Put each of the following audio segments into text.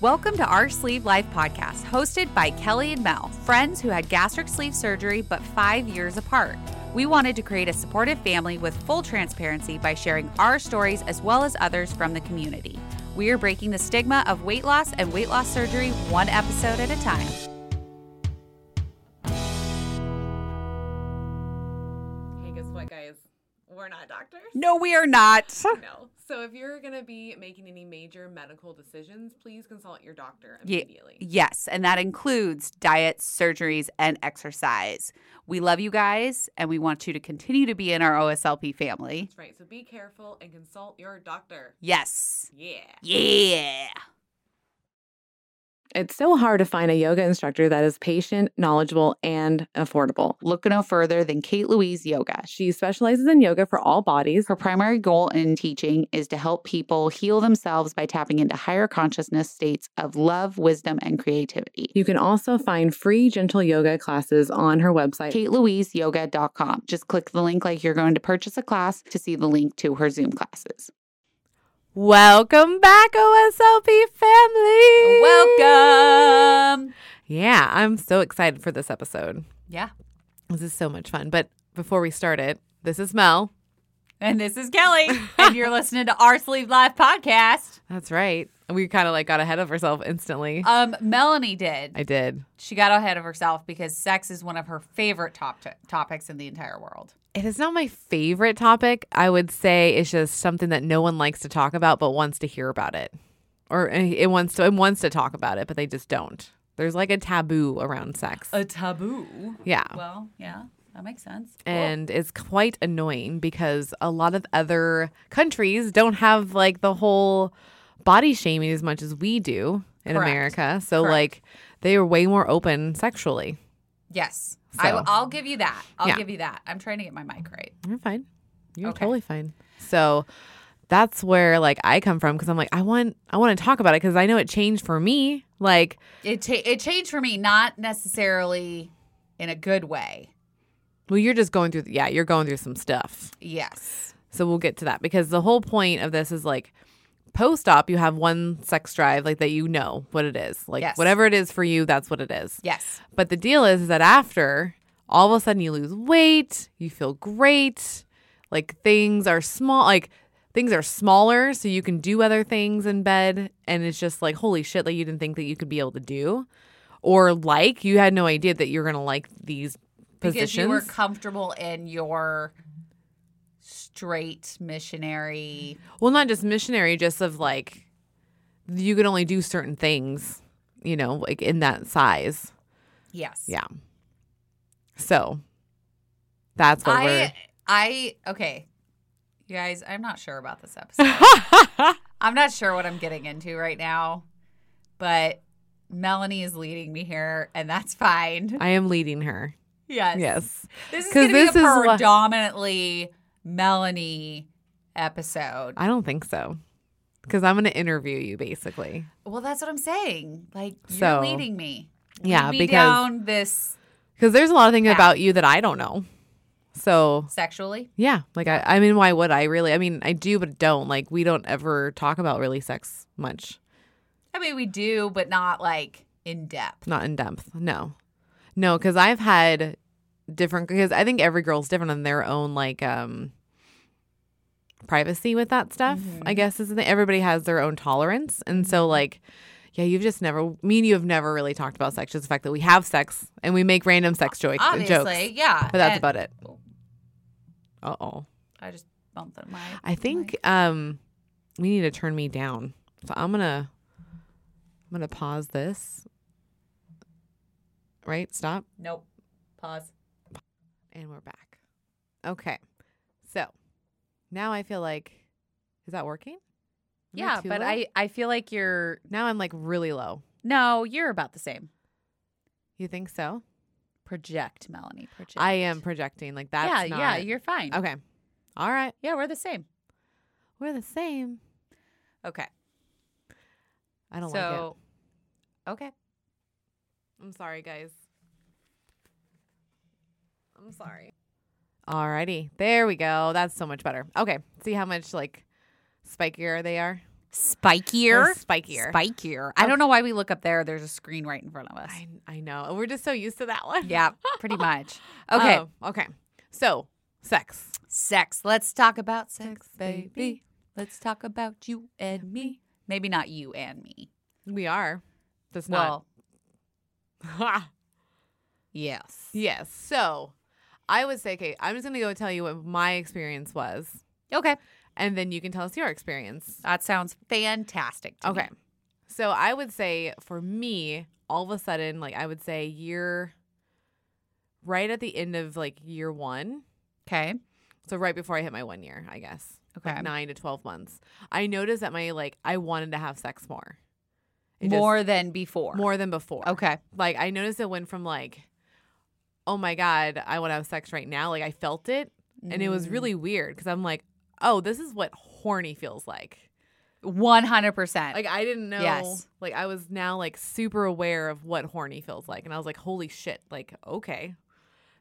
Welcome to our Sleeve Life podcast, hosted by Kelly and Mel, friends who had gastric sleeve surgery but five years apart. We wanted to create a supportive family with full transparency by sharing our stories as well as others from the community. We are breaking the stigma of weight loss and weight loss surgery one episode at a time. Hey, guess what, guys? We're not doctors. No, we are not. No. So if you're going to be making any major medical decisions, please consult your doctor Ye- immediately. Yes, and that includes diets, surgeries, and exercise. We love you guys, and we want you to continue to be in our OSLP family. That's right. So be careful and consult your doctor. Yes. Yeah. Yeah. It's so hard to find a yoga instructor that is patient, knowledgeable, and affordable. Look no further than Kate Louise Yoga. She specializes in yoga for all bodies. Her primary goal in teaching is to help people heal themselves by tapping into higher consciousness states of love, wisdom, and creativity. You can also find free gentle yoga classes on her website. KateLouiseYoga.com. Just click the link like you're going to purchase a class to see the link to her Zoom classes. Welcome back, OSLP family. Welcome. Yeah, I'm so excited for this episode. Yeah. This is so much fun. But before we start it, this is Mel. And this is Kelly, and you're listening to Our Sleeve Live podcast. That's right. Uh, We kind of like got ahead of ourselves instantly. Um, Melanie did. I did. She got ahead of herself because sex is one of her favorite top topics in the entire world. It is not my favorite topic. I would say it's just something that no one likes to talk about but wants to hear about it. Or uh, it wants to it wants to talk about it, but they just don't. There's like a taboo around sex. taboo. yeah. Well, yeah, that makes sense. and it's quite annoying because a lot of other countries don't have like the whole body shaming as much as we do in Correct. America. So Correct. like they are way more open sexually. yes, I, So. will give you that. I'll Yeah. give you that. I'm trying to get my mic right. You're fine. You're Okay. totally fine. So that's where like I come from because I'm like I want I want to talk about it because I know it changed for me. Like It cha- it changed for me, not necessarily in a good way. well you're just going through yeah you're going through some stuff. Yes. So we'll get to that because the whole point of this is like post op, you have one sex drive, like that you know what it is. Like Yes. whatever it is for you, that's what it is. Yes. But the deal is, is that after, all of a sudden you lose weight, you feel great, like things are small, like things are smaller, so you can do other things in bed. And it's just like, holy shit, like you didn't think that you could be able to do or like, you had no idea that you're going to like these positions. Because you were comfortable in your straight missionary. Well, not just missionary, just of like you can only do certain things, you know, like in that size. Yes. Yeah. So that's what I I okay. You guys, I'm not sure about this episode. we're. I'm not sure what I'm getting into right now, but Melanie is leading me here, and that's fine. I am leading her. Yes. Yes. This is 'Cause going to this be is a what- predominantly Melanie episode. I don't think so. Because I'm going to interview you basically. Well, that's what I'm saying. Like, you're So, leading me. Yeah. Lead me Because down this cause there's a lot of things Yeah. about you that I don't know. So sexually. Yeah, like I, I mean, why would I really? I mean, I do, but don't. Like, we don't ever talk about really sex much. I mean, we do, but not like in depth. not in depth. No, no, because I've had different. Because I think every girl's different on their own, like um, privacy with that stuff. Mm-hmm. I guess is the thing. everybody has their own tolerance, and so like. Yeah, you've just never. Me and you have never really talked about sex. Just the fact that we have sex and we make random sex jo- Obviously, jokes, yeah. but that's And- about it. Uh oh. I just bumped that mic. I think um we need to turn me down. So I'm gonna I'm gonna pause this. Right? Stop. Nope. Pause. And we're back. Okay. So now I feel like is that working? Am Yeah, too but low? I, I feel like you're now I'm like really low. no, you're about the same. You think so? Project, Melanie. Project. I am projecting. Like that's yeah, not yeah, you're fine. Okay. All right. Yeah, we're the same. We're the same. Okay. I don't like it. so, okay. I'm sorry, guys. I'm sorry. Alrighty. There we go. That's so much better. Okay. See how much like spikier they are? spikier. They're spikier. Spikier. I don't know why we look up there. There's a screen right in front of us. I, I know. We're just so used to that one. Yeah, pretty much. Okay, Oh, okay. So, sex. sex. Let's talk about sex, Sex, baby. baby. Let's talk about you and me. Maybe not you and me. We are. That's Well, not. yes. yes. So, I would say, okay, I'm just going to go tell you what my experience was, Okay. and then you can tell us your experience. That sounds fantastic. to me. Okay. So, I would say for me, all of a sudden, like, I would say year, right at the end of like year one. Okay. So, right before I hit my one year, I guess. Okay. Like nine to 12 months. I noticed that my, like, I wanted to have sex more. It just- more than before. more than before. Okay. Like I noticed it went from like, oh my god, I want to have sex right now. Like I felt it, and it was Mm. really weird because I'm like, oh, this is what horny feels like. One hundred percent. Like I didn't know. Yes. Like I was now like super aware of what horny feels like, and I was like, holy shit. Like okay,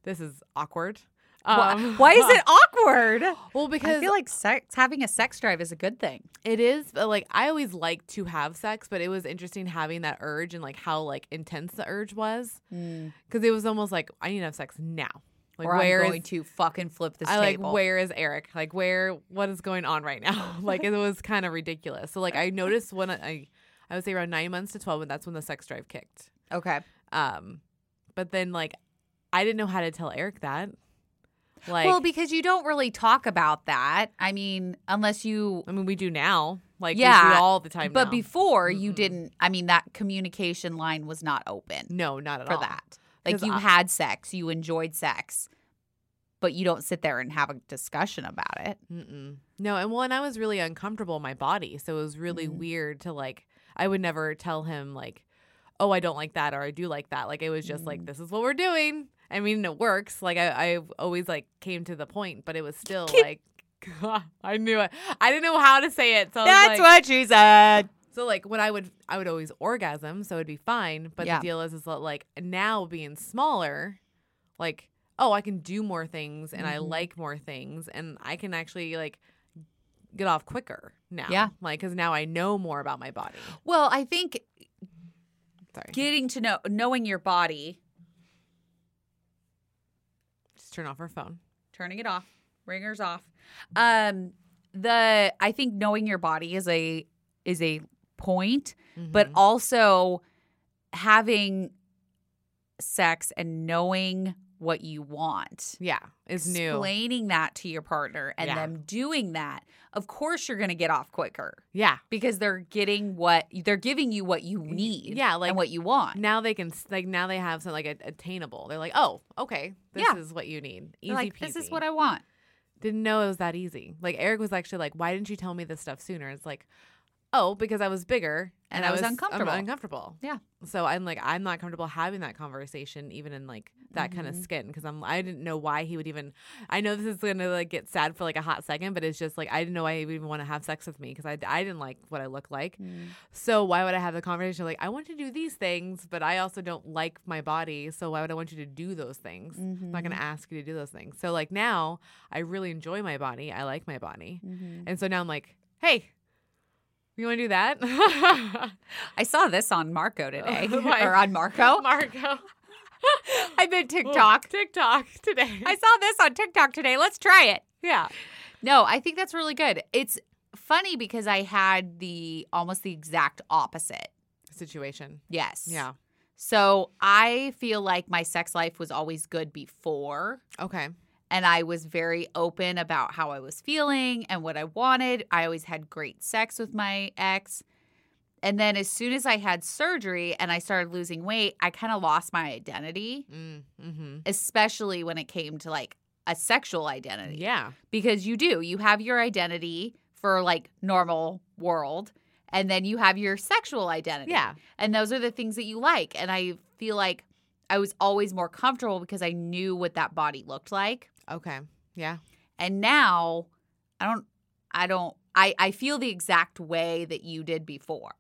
this is awkward. uh, Um, Why, why is it awkward? Well, because I feel like sex, having a sex drive is a good thing. It is, but like I always like to have sex, but it was interesting having that urge and like how like intense the urge was, because it was almost like I need to have sex now. Like Mm, or where I'm is- going to fucking flip this I table. like where is Eric? Like where what is going on right now? like it was kind of ridiculous. So like I noticed when I I would say around nine months to twelve, and that's when the sex drive kicked. Okay. Um, but then like I didn't know how to tell Eric that. Like well, because you don't really talk about that. I mean, unless you. I mean we do now. Like we do Yeah, all the time. But now. before you Mm-mm. didn't. I mean, that communication line was not open no, not at for all. that. Like 'Cause you I- had sex, you enjoyed sex, but you don't sit there and have a discussion about it. Mm-mm. No, and well, and I was really uncomfortable in my body, so it was really Mhm. weird to like. I would never tell him like, "Oh, I don't like that," or "I do like that." Like it was just Mm. like, "This is what we're doing." I mean, it works. Like I, I always like came to the point, but it was still like, I knew it. I didn't know how to say it, so I was like- what she said. so like when I would I would always orgasm, so it'd be fine. But Yeah. the deal is is that like now being smaller, like oh I can do more things and I Mhm. like more things and I can actually like get off quicker now. Yeah. like because now I know more about my body. Well, I think Sorry, getting to know knowing your body, just turn off her phone. turning it off, ringers off. Um the I think knowing your body is a is a point, but Mhm. also having sex and knowing what you want. yeah, it's new. Explaining that to your partner and Yeah. them doing that, of course you're going to get off quicker Yeah, because they're getting what they're giving you what you need. yeah, like- and what you want. now they can s- like now they have something like a- attainable. They're like oh okay this Yeah. is what you need. Easy They're like peasy. this is what I want. didn't know it was that easy. Like Eric was actually like, "Why didn't you tell me this stuff sooner?" It's like, "Oh, because I was bigger And I was I'm uncomfortable." uncomfortable. Yeah. So I'm like, I'm not comfortable having that conversation, even in like that kind of Mm-hmm. skin, because I'm I didn't know why he would even. I know this is gonna like get sad for like a hot second, but it's just like I didn't know why he would even want to have sex with me because I I didn't like what I look like. Mm. So why would I have the conversation like I want to do these things, but I also don't like my body, so why would I want you to do those things? I'm not going Mm-hmm. to ask you to do those things. So like now, I really enjoy my body. I like my body. And so now I'm like, "Hey, you want to do that?" I saw this on Marco today, Why? or on Marco. Marco. I meant Ooh, TikTok. TikTok today. I saw this on TikTok today. Let's try it. yeah. No, I think that's really good. It's funny because I had the almost the exact opposite. Situation. Yes. Yeah. So I feel like my sex life was always good before. Okay. And I was very open about how I was feeling and what I wanted. I always had great sex with my ex. And then as soon as I had surgery and I started losing weight, I kind of lost my identity. Mm, mhm. especially when it came to like a sexual identity. Yeah. Because you do, you have your identity for like normal world and then you have your sexual identity. Yeah. And those are the things that you like and I feel like I was always more comfortable because I knew what that body looked like. Okay. Yeah. And now I don't I don't I I feel the exact way that you did before.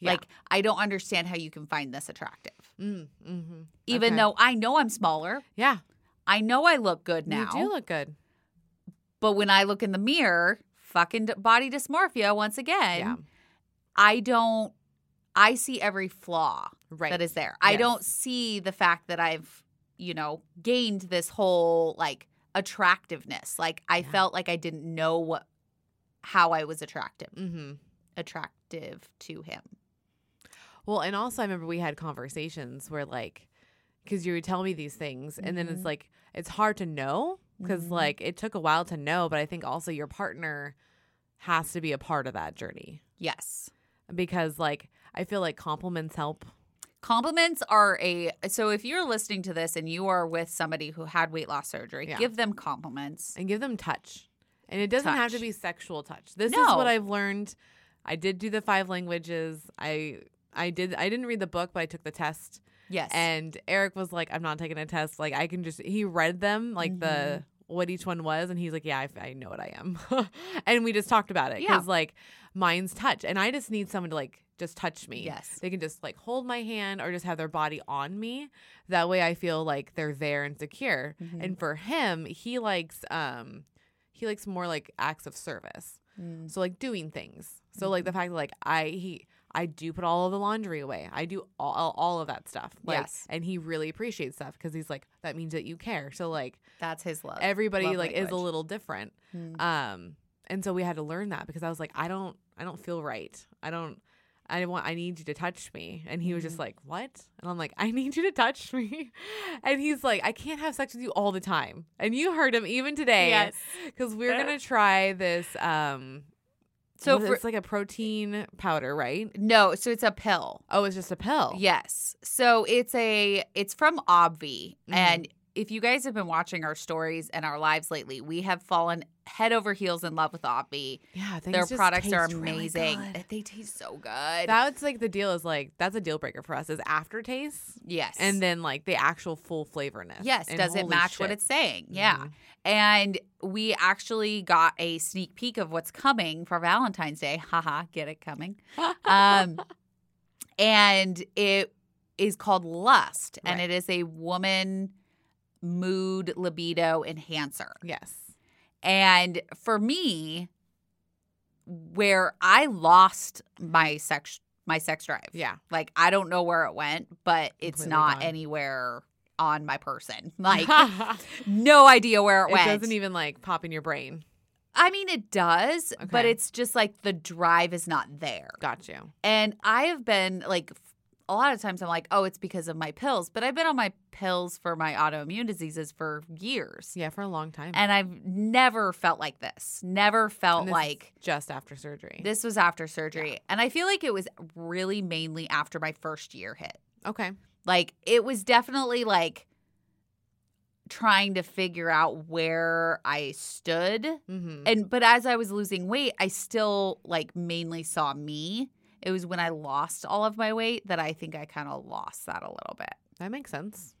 Yeah. Like I don't understand how you can find this attractive. Mm, mm-hmm. Even Okay. though I know I'm smaller, Yeah. I know I look good now. You do look good. But when I look in the mirror, fucking d- body dysmorphia once again. Yeah. I don't I see every flaw Right. that is there. I Yes. don't see the fact that I've, you know, gained this whole like attractiveness. Like I Yeah. felt like I didn't know what how I was attractive Mm-hmm. attractive to him. Well, and also I remember we had conversations where like, because you would tell me these things, and then Mhm. it's like it's hard to know because Mhm. like it took a while to know, but I think also your partner has to be a part of that journey Yes. because like I feel like compliments help. Compliments are a so if you're listening to this and you are with somebody who had weight loss surgery, Yeah. give them compliments. and give them touch. And it doesn't have to Touch. be sexual touch. This is No. what I've learned. I did do the five languages. I I did I didn't read the book, but I took the test. Yes. And Eric was like, "I'm not taking a test. Like I can just." He read them like the Mm-hmm. what each one was, and he's like, "Yeah, I, I know what I am." and we just talked about it Yeah. because like mine's touch, and I just need someone to like just touch me. Yes. they can just like hold my hand or just have their body on me. That way, I feel like they're there and secure. Mhm. And for him, he likes um he likes more like acts of service. Mm. So like doing things. So like the Mm-hmm. fact that like I he I do put all of the laundry away. I do all, all of that stuff. Like, Yes. And he really appreciates stuff because he's like that means that you care. So like that's his love. everybody Uh, love like is a language. little different. Mm. Um and so we had to learn that because I was like I don't I don't feel right. I don't I want I need you to touch me. And he was Mm-hmm. just like, "What?" And I'm like, "I need you to touch me." and he's like, "I can't have sex with you all the time." And you heard him even today. Yes. Cuz we're going to try this um So so for- it's like a protein powder, right? No, so it's a pill. Oh, it's just a pill. Yes. So it's a it's from Obvi Mhm. and if you guys have been watching our stories and our lives lately, we have fallen head over heels in love with Obvi. Yeah, things Their just products are taste really amazing. good. they taste so good. That's like the deal is like that's a deal breaker for us is aftertaste yes. and then like the actual full flavorness. yes, And does it holy match what shit. it's saying? Yeah. Mhm. And we actually got a sneak peek of what's coming for Valentine's Day. Haha, get it coming. Um, and it is called Lust, and Right. it is a woman mood libido enhancer. yes. And for me, where I lost my sex my sex drive. Yeah. Like I don't know where it went, but it's Completely not gone. anywhere on my person. Like no idea where it, it went. doesn't e- even like pop in your brain. I mean, it does, but Okay. it's just like the drive is not there. Got you. And I have been like, f- a lot of times I'm like, oh, it's because of my pills, but I've been on my pills for my autoimmune diseases for years. Yeah, for a long time. And I've never felt like this, never felt And this is like just after surgery. this was after surgery. And I feel like it was really mainly after my first year hit. okay. Like, it was definitely like trying to figure out where I stood Mm-hmm. and but as I was losing weight, I still like mainly saw me. It was when I lost all of my weight that I think I kind of lost that a little bit. that makes sense.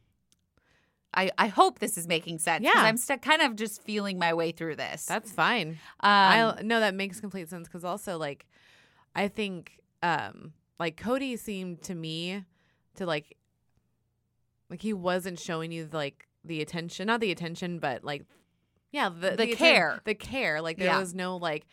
I, I hope this is making sense. 'cause Yeah. I'm st- kind of just feeling my way through this. That's fine. um, I no, that makes complete sense because also like, I think um like Cody seemed to me to like like he wasn't showing you like the attention, not the attention, but like yeah the The atten- care. the care like there Yeah. was no like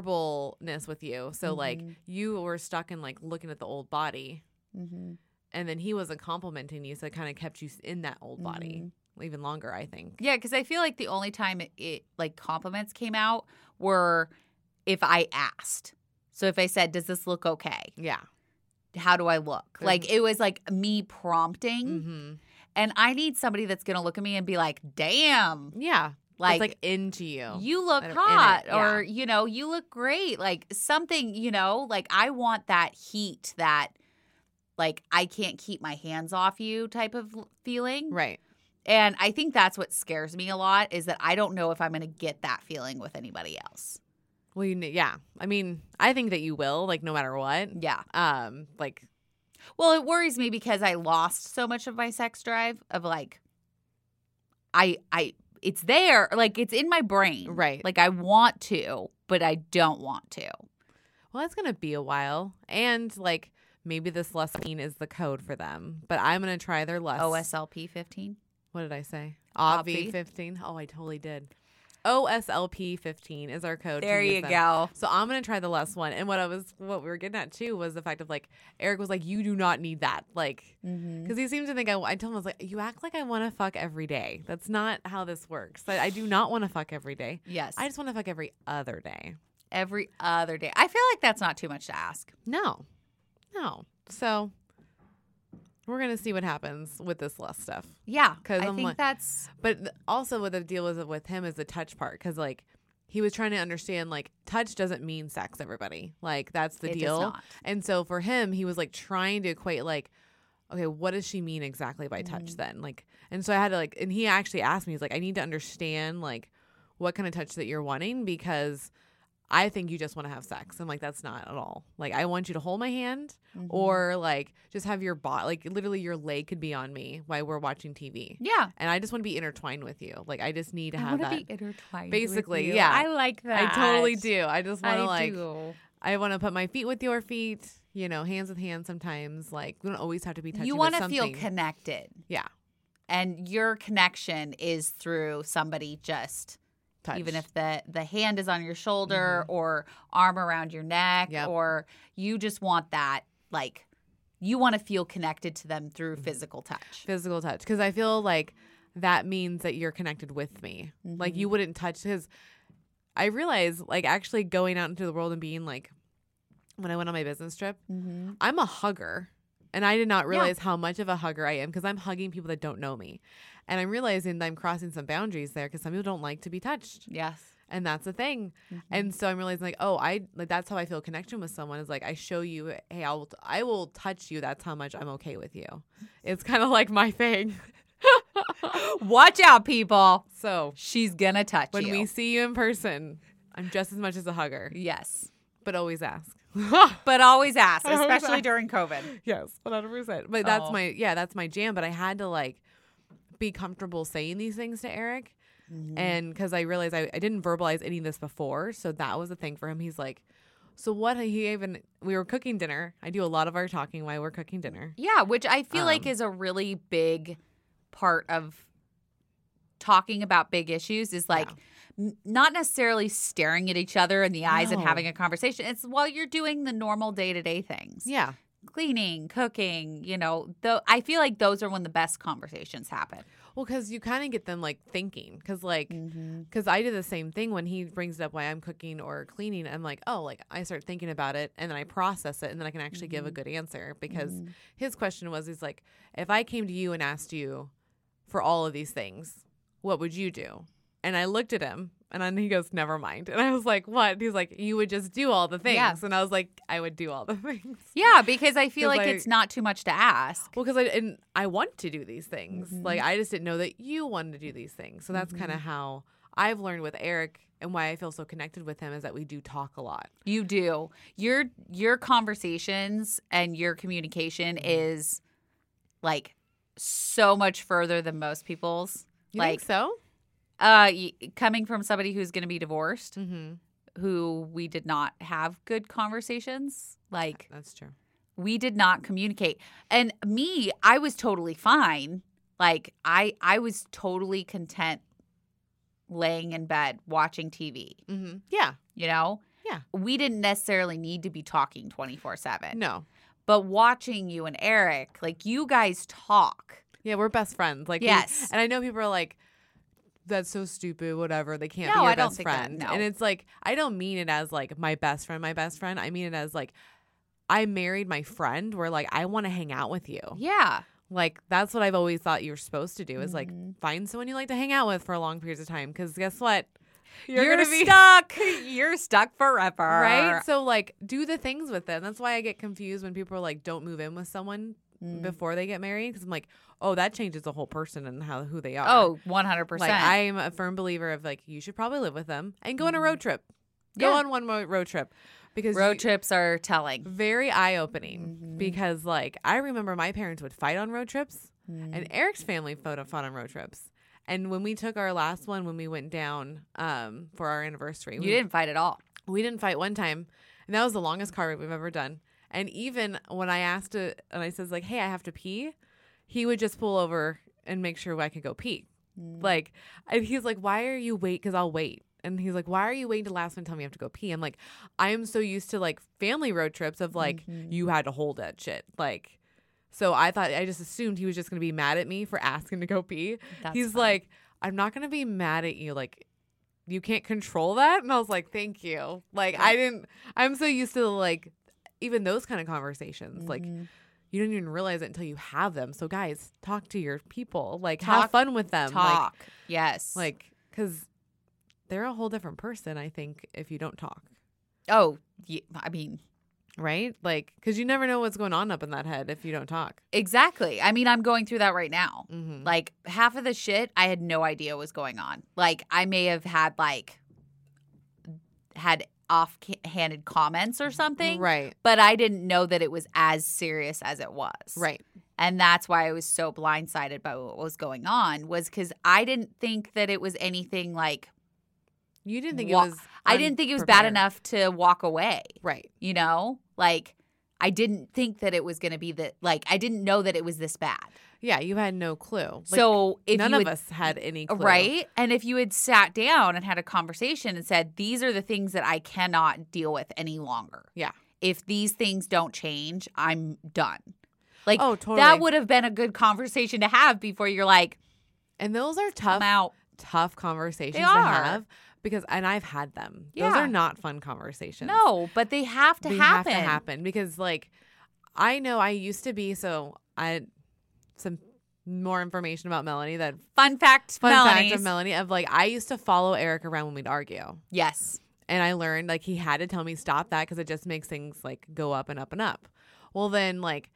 verbalness with you so like Mhm. you were stuck in like looking at the old body Mm-hmm, mhm, and then he wasn't complimenting you so it kind of kept you s- in that old body Mm-hmm. even longer i think yeah, because I feel like the only time it, it like compliments came out were if I asked. So if I said, "Does this look okay? yeah How do I look?" There's- Like it was like me prompting, hmm and I need somebody that's gonna look at me and be like, "Damn." yeah Like, it's like into you you look that are in it, hot or you know you look great like something you know like i want that heat that like i can't keep my hands off you type of l- feeling right and i think that's what scares me a lot is that i don't know if i'm going to get that feeling with anybody else Well, you kn- yeah. I mean, I think that you will, like, no matter what. yeah Um, like, well it worries me because i lost so much of my sex drive of like i i it's there like it's in my brain Right. like i want to but i don't want to well, it's gonna be a while, and like maybe this lustine is the code for them. But I'm gonna try their lust. oslp 15 What did I say? Obvi. Obvi fifteen. Oh, I totally did. OSLP fifteen is our code. to There use you them. go. So I'm gonna try the less one. And what I was, what we were getting at too, was the fact of like Eric was like, "You do not need that," like, because Mm-hmm. Mm. he seems to think I. I told him I was like, "You act like I want to fuck every day. That's not how this works. I, I do not want to fuck every day. Yes. I just want to fuck every other day. Every other day. I feel like that's not too much to ask. No, no. So we're gonna see what happens with this less stuff. Yeah. 'Cause I I'm think like- that's But th- also, what the deal is with him is the touch part, because like he was trying to understand like touch doesn't mean sex. Everybody like that's the It does deal. not. And so for him, he was like trying to equate like, okay, what does she mean exactly by touch Mm-hmm. then? Like, and so I had to like, and he actually asked me, he's like, I need to understand like what kind of touch that you're wanting because. I think you just want to have sex. I'm like, that's not at all. Like, I want you to hold my hand Mm-hmm. or like just have your bot, like, literally your leg could be on me while we're watching TV yeah. and I just want to be intertwined with you. Like I just need to I have want to that. be intertwined. with Basically, you. yeah. I like I that. totally do. I just want I to like. do. I want to put my feet with your feet. You know, hands with hands. Sometimes, like we don't always have to be touching. You want to feel connected, yeah, and your connection is through somebody just touch. Mm-hmm. even if the the hand is on your shoulder or arm around your neck Yep. or you just want that like you want to feel connected to them through Mm-hmm. physical touch physical touch, because I feel like that means that you're connected with me. Like Mm-hmm. you wouldn't touch his. I realize, like actually going out into the world and being like, when I went on my business trip, Mm-hmm. I'm a hugger. And I did not realize how much of a hugger I am because I'm hugging people that don't know me. And I'm realizing that I'm crossing some boundaries there because some people don't like to be touched. yes Mm-hmm. And that's the thing. And so I'm realizing like, oh, I like that's how I feel connection with someone is like I show you, hey, I will I will touch you. That's how much I'm okay with you. It's kind of like my thing. watch out people So she's gonna touch when you we see you in person, I'm just as much as a hugger, yes but always ask. but always ask Always especially ask. during covid Yes, one hundred percent. But that's Oh. my yeah, that's my jam. But I had to like be comfortable saying these things to Eric, and because I realized I, I didn't verbalize any of this before, so that was the thing for him. He's like, so what? He even we were cooking dinner. I do a lot of our talking while we're cooking dinner. Yeah, which I feel like Um, is a really big part of talking about big issues is like n- not necessarily staring at each other in the eyes and No. having a conversation. It's while you're doing the normal day to day things Yeah, cleaning, cooking, you know, though I feel like those are when the best conversations happen. well, because you kind of get them like thinking, because like. Mm. Mm-hmm. Because I do the same thing when he brings it up while I'm cooking or cleaning. I'm like, oh, like I start thinking about it and then I process it and then I can actually give a good answer. Because Mm-hmm. his question was, he's like, if I came to you and asked you for all of these things, what would you do? And I looked at him and then he goes, never mind. And I was like, what? He's like, you would just do all the things. Yeah. And I was like, I would do all the things. Yeah, because I feel 'Cause like I- it's not too much to ask. Well, because I and I want to do these things. Like I just didn't know that you wanted to do these things. So that's kind of how I've learned with Eric and why I feel so connected with him is that we do talk a lot. You do. Your your conversations and your communication is like so much further than most people's. You like think so? uh y- coming from somebody who's going to be divorced, Mm-hmm. who we did not have good conversations, like That's true. we did not communicate. And me, I was totally fine. Like I I was totally content laying in bed watching TV, Mm-hmm. Yeah. you know? Yeah. We didn't necessarily need to be talking 24/7. No. But watching you and Eric, like you guys talk. Yeah, we're best friends. Like we- Yes. and I know people are like, "That's so stupid." Whatever. They can't No, be your I don't best think that- friend. no. And it's like I don't mean it as like my best friend, my best friend. I mean it as like I married my friend. Where like I want to hang out with you. Yeah. Like that's what I've always thought you're supposed to do is like Mm-hmm. find someone you like to hang out with for long periods of time. Because guess what, You're, gonna be- stuck. You're stuck forever. right. So like do the things with them. That's why I get confused when people are like, don't move in with someone Mm. before they get married. Because I'm like, oh, that changes the whole person and how who they are. Oh, 100%. Like I'm a firm believer of like you should probably live with them and go on a road trip. Go Mm-hmm. Yeah. on one mo- road trip because Road Mm-hmm. you- Mm. trips are telling. very eye opening because like I remember my parents would fight on road trips Mm. and Eric's family fought, on- fought on road trips. And when we took our last one when we went down um, for our anniversary, You we, didn't fight at all. we didn't fight one time, and that was the longest car ride we've ever done. And even when I asked it, and I says like, "Hey, I have to pee," he would just pull over and make sure I could go pee Like, and he's like, why are you wait? Because I'll wait. And he's like, why are you waiting to last minute? Tell me you have to go pee. I'm like, I am so used to like family road trips of like you had to hold that shit. Like, so I thought I just assumed he was just gonna be mad at me for asking to go pee. That's he's fine. like, I'm not gonna be mad at you. Like, you can't control that. And I was like, thank you. Like, I didn't. I'm so used to like even those kind of conversations. Like, Mm-hmm. you don't even realize it until you have them. So guys, talk to your people. um, Like, have Talk- fun with them. talk. yes. Like, like, cause they're a whole different person. I think if you don't talk, oh, ye- I mean, right? Like, cause you never know what's going on up in that head if you don't talk. exactly. I mean, I'm going through that right now. Mm-hmm. Like half of the shit I had no idea was going on. Like I may have had like had off-handed comments or something. Right. But I didn't know that it was as serious as it was. Right. And that's why I was so blindsided by what was going on was cuz I didn't think that it was anything like You didn't think Wa- it was. I didn't think it was bad unprepared. enough to walk away. Right. you know like i didn't think that it was going to be that like i didn't know that it was this bad Yeah. You had no clue. Like, so if none you of had, us had any clue. right and if you had sat down and had a conversation and said these are the things that i cannot deal with any longer Yeah. if these things don't change i'm done like Oh, totally. that would have been a good conversation to have before you're like And those are tough. i'm out tough conversations to are. have because and I've had them. Those Yeah. are not fun conversations. no but they have to they have happen to happen because like I know I used to be so I some more information about Melanie that fun fact fun Melanie's. fact of Melanie of like I used to follow Eric around when we'd argue. yes And I learned like he had to tell me stop that because it just makes things like go up and up and up. Well then like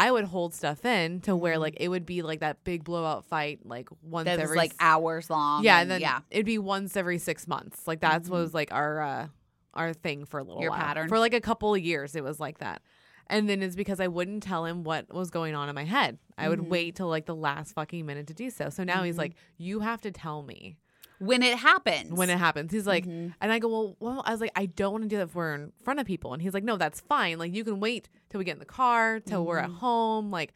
I would hold stuff in to where like it would be like that big blowout fight like once Mm-hmm. that was every like hours long yeah, and and then yeah Mm-hmm. it'd be once every six months. Like that's what was like our uh, our thing for a little Your while. pattern. For like a couple of years, it was like that. And then it's because I wouldn't tell him what was going on in my head. I Mm-hmm. would wait till like the last fucking minute to do so. So now he's like, "You have to tell me when it happens when it happens." He's like, and I go, "Well, well," I was like, "I don't want to do that if we're in front of people." And he's like, "No, that's fine. Like you can wait till we get in the car, till we're at home. Like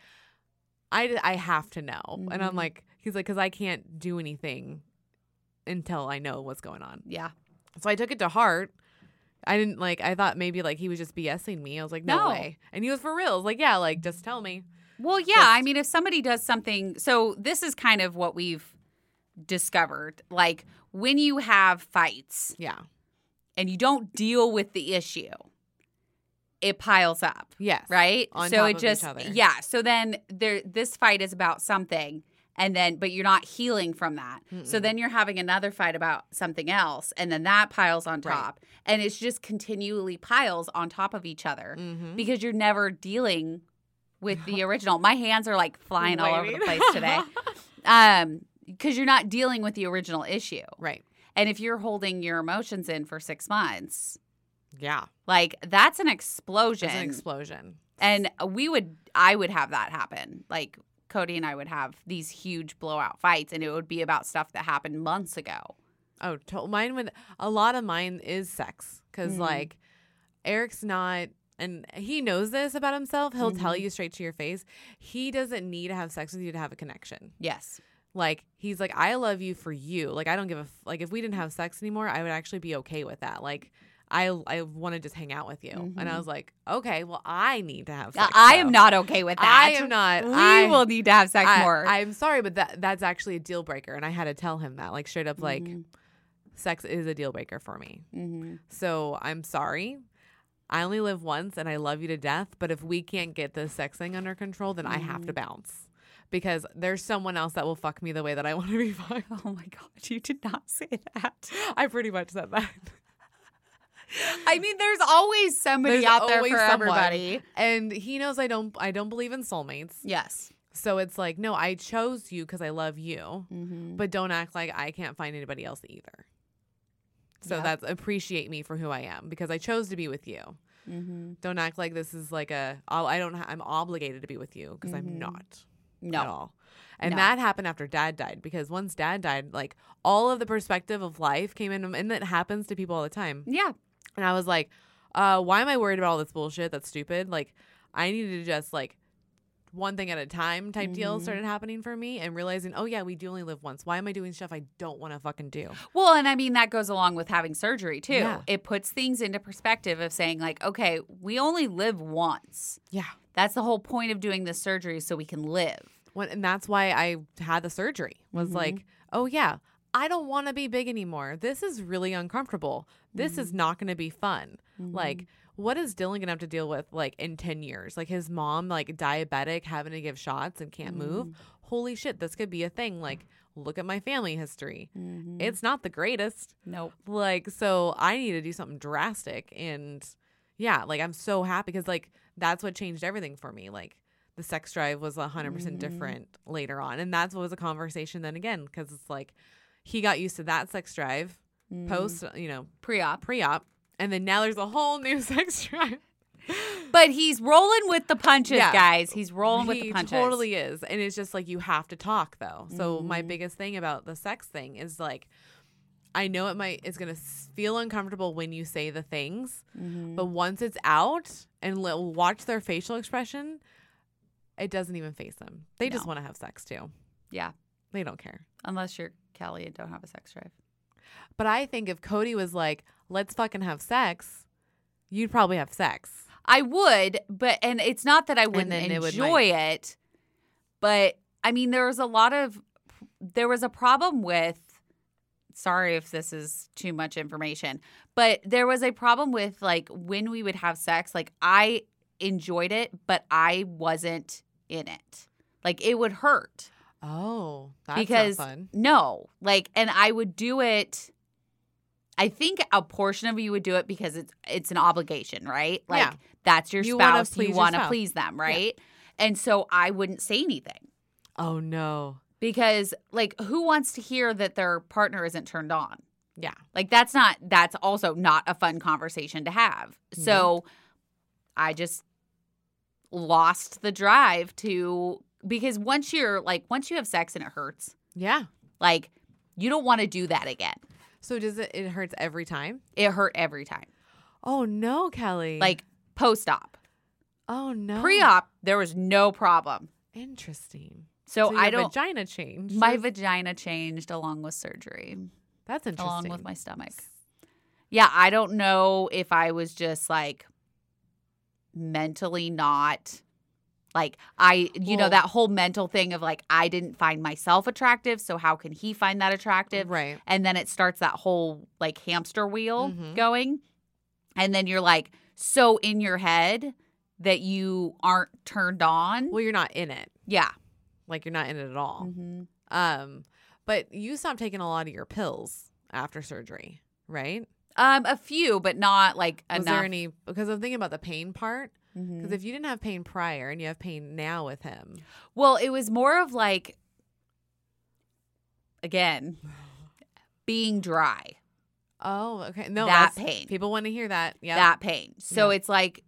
I I have to know." And I'm like, he's like, "Cause I can't do anything until I know what's going on. yeah So I took it to heart. I didn't like. I thought maybe like he was just BSing me. I was like, no, No. way. And he was for real. Like, yeah, like just tell me. Well, yeah. I mean, if somebody does something, so this is kind of what we've discovered. Like when you have fights Yeah. and you don't deal with the issue, it piles up, Yes. right? On so top it of each just, other. yeah. So then there, this fight is about something, and then, but you're not healing from that. So then you're having another fight about something else, and then that piles on Right. top, and it's just continually piles on top of each other Mm-hmm. because you're never dealing with the original. My hands are like flying all over the Waving. place today. Um, because you're not dealing with the original issue. Right. And if you're holding your emotions in for six months, Yeah. like that's an explosion. It's an explosion. and we would, I would have that happen. Like Cody and I would have these huge blowout fights, and it would be about stuff that happened months ago. Oh, to- mine would. A lot of mine is sex because Mhm. like Eric's not. And he knows this about himself. He'll tell Mm-hmm. you straight to your face. He doesn't need to have sex with you to have a connection. Yes. Like he's like, I love you for you. Like I don't give a f- like if we didn't have sex anymore, I would actually be okay with that. Like I I want to just hang out with you. And I was like, okay, well I need to have. I- sex. Mm-hmm. I though. am not okay with that. I am not. We I- will need to have sex I, more. I'm sorry, but that that's actually a deal breaker, and I had to tell him that like straight up like, Mhm. sex is a deal breaker for me. Mhm. So I'm sorry. I only live once and I love you to death, but if we can't get this sex thing under control, then I have to bounce because there's someone else that will fuck me the way that I want to be fucked. Oh my God, you did not say that. I pretty much said that. I mean, there's always somebody There's out there always for someone. everybody. And he knows I don't I don't believe in soulmates. Yes. So it's like, no, I chose you cuz I love you, but don't act like I can't find anybody else either. So Yep. that's appreciate me for who I am because I chose to be with you. Mm-hmm. Don't act like this is like a oh, I don't ha- I'm obligated to be with you because I'm not at Mm-hmm. No. all. And No. that happened after dad died because once dad died, like all of the perspective of life came in and that happens to people all the time. Yeah. And I was like, uh, why am I worried about all this bullshit? That's stupid. Like, I needed to just like one thing at a time type deal Mm-hmm. Mhm. started happening for me and realizing, oh yeah, we do only live once. Why am I doing stuff I don't want to fucking do? Well, and I mean that goes along with having surgery too. Yeah. It puts things into perspective of saying like, okay, we only live once. Yeah. That's the whole point of doing this surgery is so we can live. When, and that's why I had the surgery was Mhm. like, oh yeah, I don't want to be big anymore. This is really uncomfortable. This is not going to be fun. Like, what is Dylan going to have to deal with like in 10 years? Like his mom, like diabetic, having to give shots and can't move. Holy shit, this could be a thing. Like, look at my family history. It's not the greatest. Nope. Like, so I need to do something drastic. And yeah, like I'm so happy because like that's what changed everything for me. Like the sex drive was 100% Mm. percent different later on. And that's what was a conversation then again, because it's like he got used to that sex drive Mm. post, you know, Pre-op. pre op. And then now there's a whole new sex drive. But he's rolling with the punches, Yeah. guys. He's rolling with he the punches. totally is. And it's just like you have to talk though. So Mm. my biggest thing about the sex thing is like I know it might it's going to feel uncomfortable when you say the things, Mm-hmm. but once it's out and li- watch their facial expression, it doesn't even face them. They just No. want to have sex too. Yeah. They don't care. Unless you're Kelly and don't have a sex drive. But I think if Cody was like, "Let's fucking have sex," you'd probably have sex. I would, but and it's not that I wouldn't then it enjoy would, it, like- but I mean there was a lot of there was a problem with sorry if this is too much information, but there was a problem with like when we would have sex, like I enjoyed it, but I wasn't in it. Like it would hurt. Oh, that's because not fun. no, like, and I would do it. I think a portion of you would do it because it's it's an obligation, right? Like Yeah. that's your You wanna spouse. please you your want to spouse. please them, right? And so I wouldn't say anything Oh no. because, like, who wants to hear that their partner isn't turned on? Yeah. Like that's not that's also not a fun conversation to have. Mm-hmm. So I just lost the drive to because once you're like once you have sex and it hurts, Yeah. like, you don't want to do that again. So does it? It hurts every time. It hurt every time. Oh no, Kelly. Like, post op, oh no, pre op, there was no problem. Interesting. So, your I don't, vagina change. my vagina changed along with surgery, That's interesting. along with my stomach. Yeah, I don't know if I was just like mentally not. Like I you know Well- that whole mental thing of like I didn't find myself attractive so how can he find that attractive right. and then it starts that whole like hamster wheel Mhm. going and then you're like so in your head that you aren't turned on Well, you're not in it. yeah Like you're not in it at all. Um, but you stopped taking a lot of your pills after surgery, right? um a few but not like Was enough Mm-hmm. there any? Because I'm thinking about the pain part. Because if you didn't have pain prior and you have pain now with him, well it was more of like again being dry oh, okay, no, That that's- pain. People want to hear that. Yeah, that pain so it's like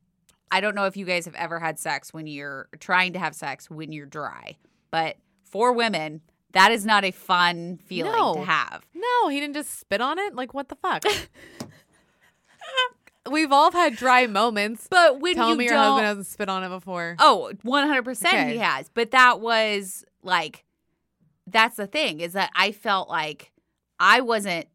i don't know if you guys have ever had sex when you're trying to have sex when you're dry but for women that is not a fun feeling to No. have No, he didn't just spit on it. Like what the fuck? We've all had dry moments. But when Tell you me your don't, husband hasn't spit on it before. oh, 100 percent Okay. he has. But that was like, that's the thing is that I felt like I wasn't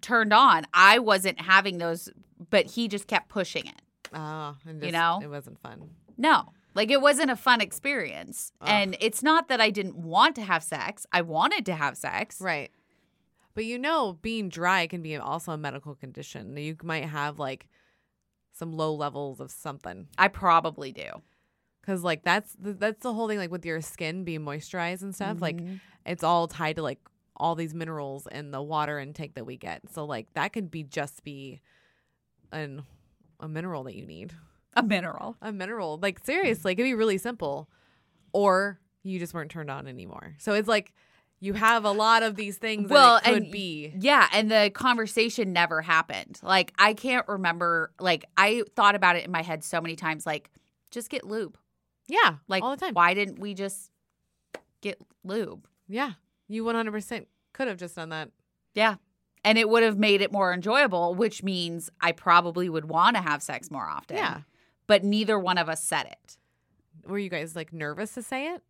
turned on. I wasn't having those, but he just kept pushing it. Ah, and You just- know? it wasn't fun. No, like it wasn't a fun experience. And it's not that I didn't want to have sex. I wanted to have sex. Right. But you know, being dry can be also a medical condition. You might have like some low levels of something. I probably do. Cause like that's th- that's the whole thing. Like with your skin being moisturized and stuff, like Mm-hmm. it's all tied to like all these minerals and the water intake that we get. So like that could be just be an a mineral that you need. A mineral. a mineral. Like Mm-hmm. seriously, it could be really simple, or you just weren't turned on anymore. So it's like you have a lot of these things. Well, that it could and- be Yeah, and the conversation never happened. Like I can't remember like I thought about it in my head so many times like just get lube. yeah, Like all the time. why didn't we just get lube? Yeah, you one hundred percent could have just done that. Yeah. And it would have made it more enjoyable, which means I probably would want to have sex more often. Yeah. But neither one of us said it. were you guys like nervous to say it?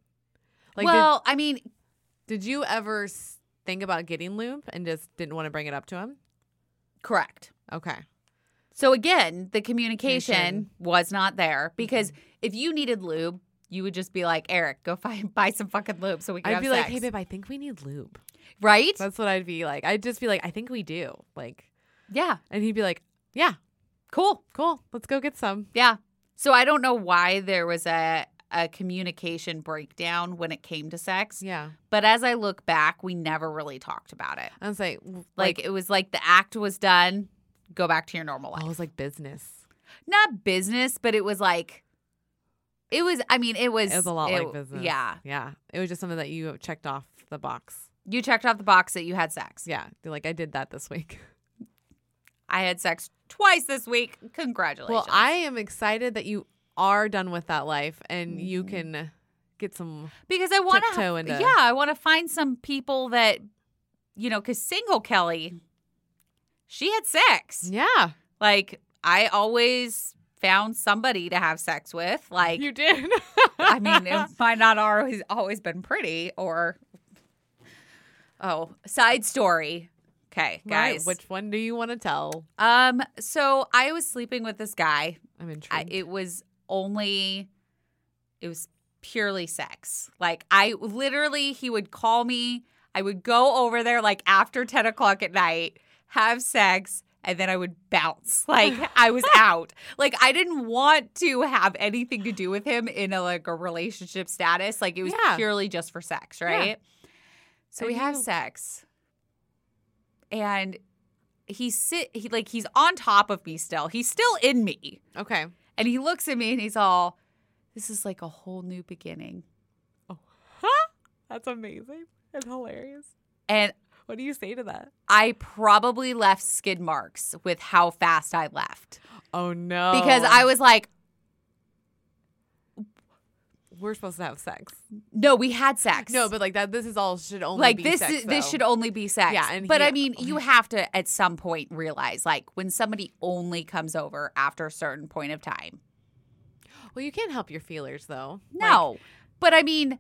Like, did- well, I mean, did, you ever s- think about getting lube and just didn't want to bring it up to him? correct. Okay. So again, the communication Communication. Mm-hmm. was not there because if you needed lube, you would just be like, Eric, go find buy some fucking lube so we can I'd have be like, sex. hey, babe, I think we need lube. right? That's what I'd be like. I'd just be like, I think we do. Like, yeah, and he'd be like, yeah, cool. cool. Let's go get some. Yeah. So I don't know why there was a a communication breakdown when it came to sex, Yeah. but as I look back, we never really talked about it. I was like, w- Like, like, it was like the act was done, go back to your normal life. oh, it was like business. Not business, but it was like it was. I mean, it was It was a lot it- like business. Yeah, Yeah. It was just something that you checked off the box. you checked off the box that you had sex. Yeah. You're Like, I did that this week. I had sex twice this week. Congratulations. Well, I am excited that you are done with that life and you can get some. because I want tiptoe to into- yeah, I want to find some people that you know cuz single Kelly she had sex. Yeah. Like I always found somebody to have sex with. Like You did. I mean, it might not always always been pretty or Oh, side story. Okay, Right, guys. Which one do you want to tell? um so I was sleeping with this guy I'm I, intrigued. it was only it was purely sex like i literally he would call me i would go over there like after 10 o'clock at night have sex and then i would bounce like i was out like i didn't want to have anything to do with him in a like a relationship status like it was Yeah. purely just for sex Yeah. right so I we have do. sex and he sit he like he's on top of me still he's still in me okay. and he looks at me and he's all, this is like a whole new beginning. That's amazing and hilarious. And What do you say to that? I probably left skid marks with how fast I left Oh no. because I was like, we're supposed to have sex. no, we had sex. No, but like that this is all should only like be this sex, is, this though. should only be sex. Yeah, and but he- I mean, you have to at some point realize like when somebody only comes over after a certain point of time. Well, you can't help your feelers though. Like, No. but I mean,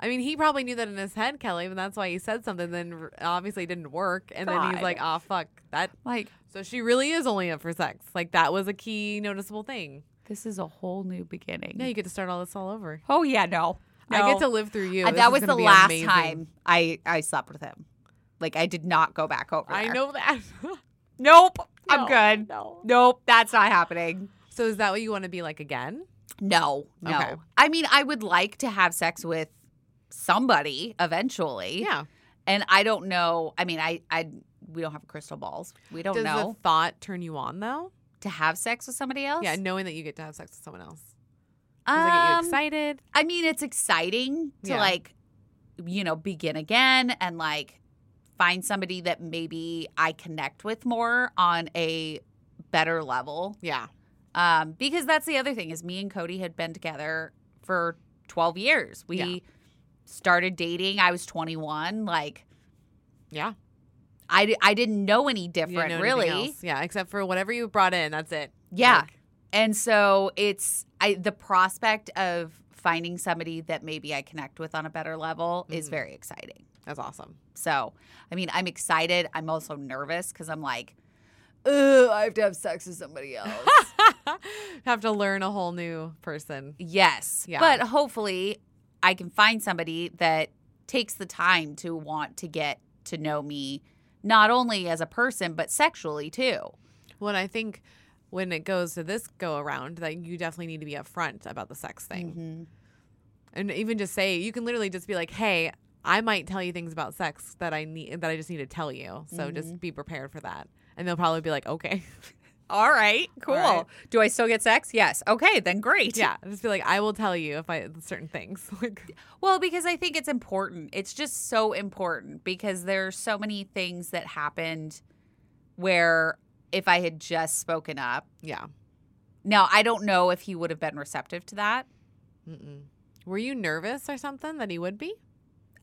I mean, he probably knew that in his head, Kelly, and that's why he said something. Then r- obviously it didn't work, and then he's God. like, "Ah, fuck that." like So she really is only up for sex. Like that was a key noticeable thing. this is a whole new beginning. Yeah, you get to start all this all over. oh yeah, no. I Mm. No. get to live through you. Uh, This that is was gonna the be last amazing. time I I slept with him. Like I did not go back over. I there. know that. Nope. I'm No, good. No. Nope. That's not happening. So is that what you want to be like again? No. No. Okay. I mean, I would like to have sex with somebody eventually. Yeah. And I don't know. I mean, I I we don't have crystal balls. We don't Does know the thought turn you on though? to have sex with somebody else. Yeah, knowing that you get to have sex with someone else. Does it get you Um, excited? I mean, it's exciting to Yeah. like, you know, begin again and like find somebody that maybe I connect with more on a better level. Yeah. Um, because that's the other thing is me and Cody had been together for 12 years. We Yeah. started dating. I was 21. Like Yeah. I, di- I didn't know any You didn't different know anything really. else. Yeah, except for whatever you brought in, that's it. Yeah. Like, And so it's I the prospect of finding somebody that maybe I connect with on a better level is Mhm. very exciting. that's awesome. So, I mean, I'm excited. I'm also nervous because I'm like, Ugh, I have to have sex with somebody else. have to learn a whole new person. yes. Yeah. But hopefully, I can find somebody that takes the time to want to get to know me, not only as a person, but sexually too. When I think when it goes to this go around, that you definitely need to be upfront about the sex Mm-hmm. thing. And even just say you can literally just be like, Hey, I might tell you things about sex that I need that I just need to tell you. So Mm-hmm. just be prepared for that. And they'll probably be like, Okay. All right. Cool. right. Do I still get sex? Yes. Okay. Then great. yeah. Just be like, I will tell you if I certain things. like Well, because I think it's important. It's just so important because there are so many things that happened where if I had just spoken up, Yeah. now I don't know if he would have been receptive to that. Mm-mm. Were you nervous or something that he would be?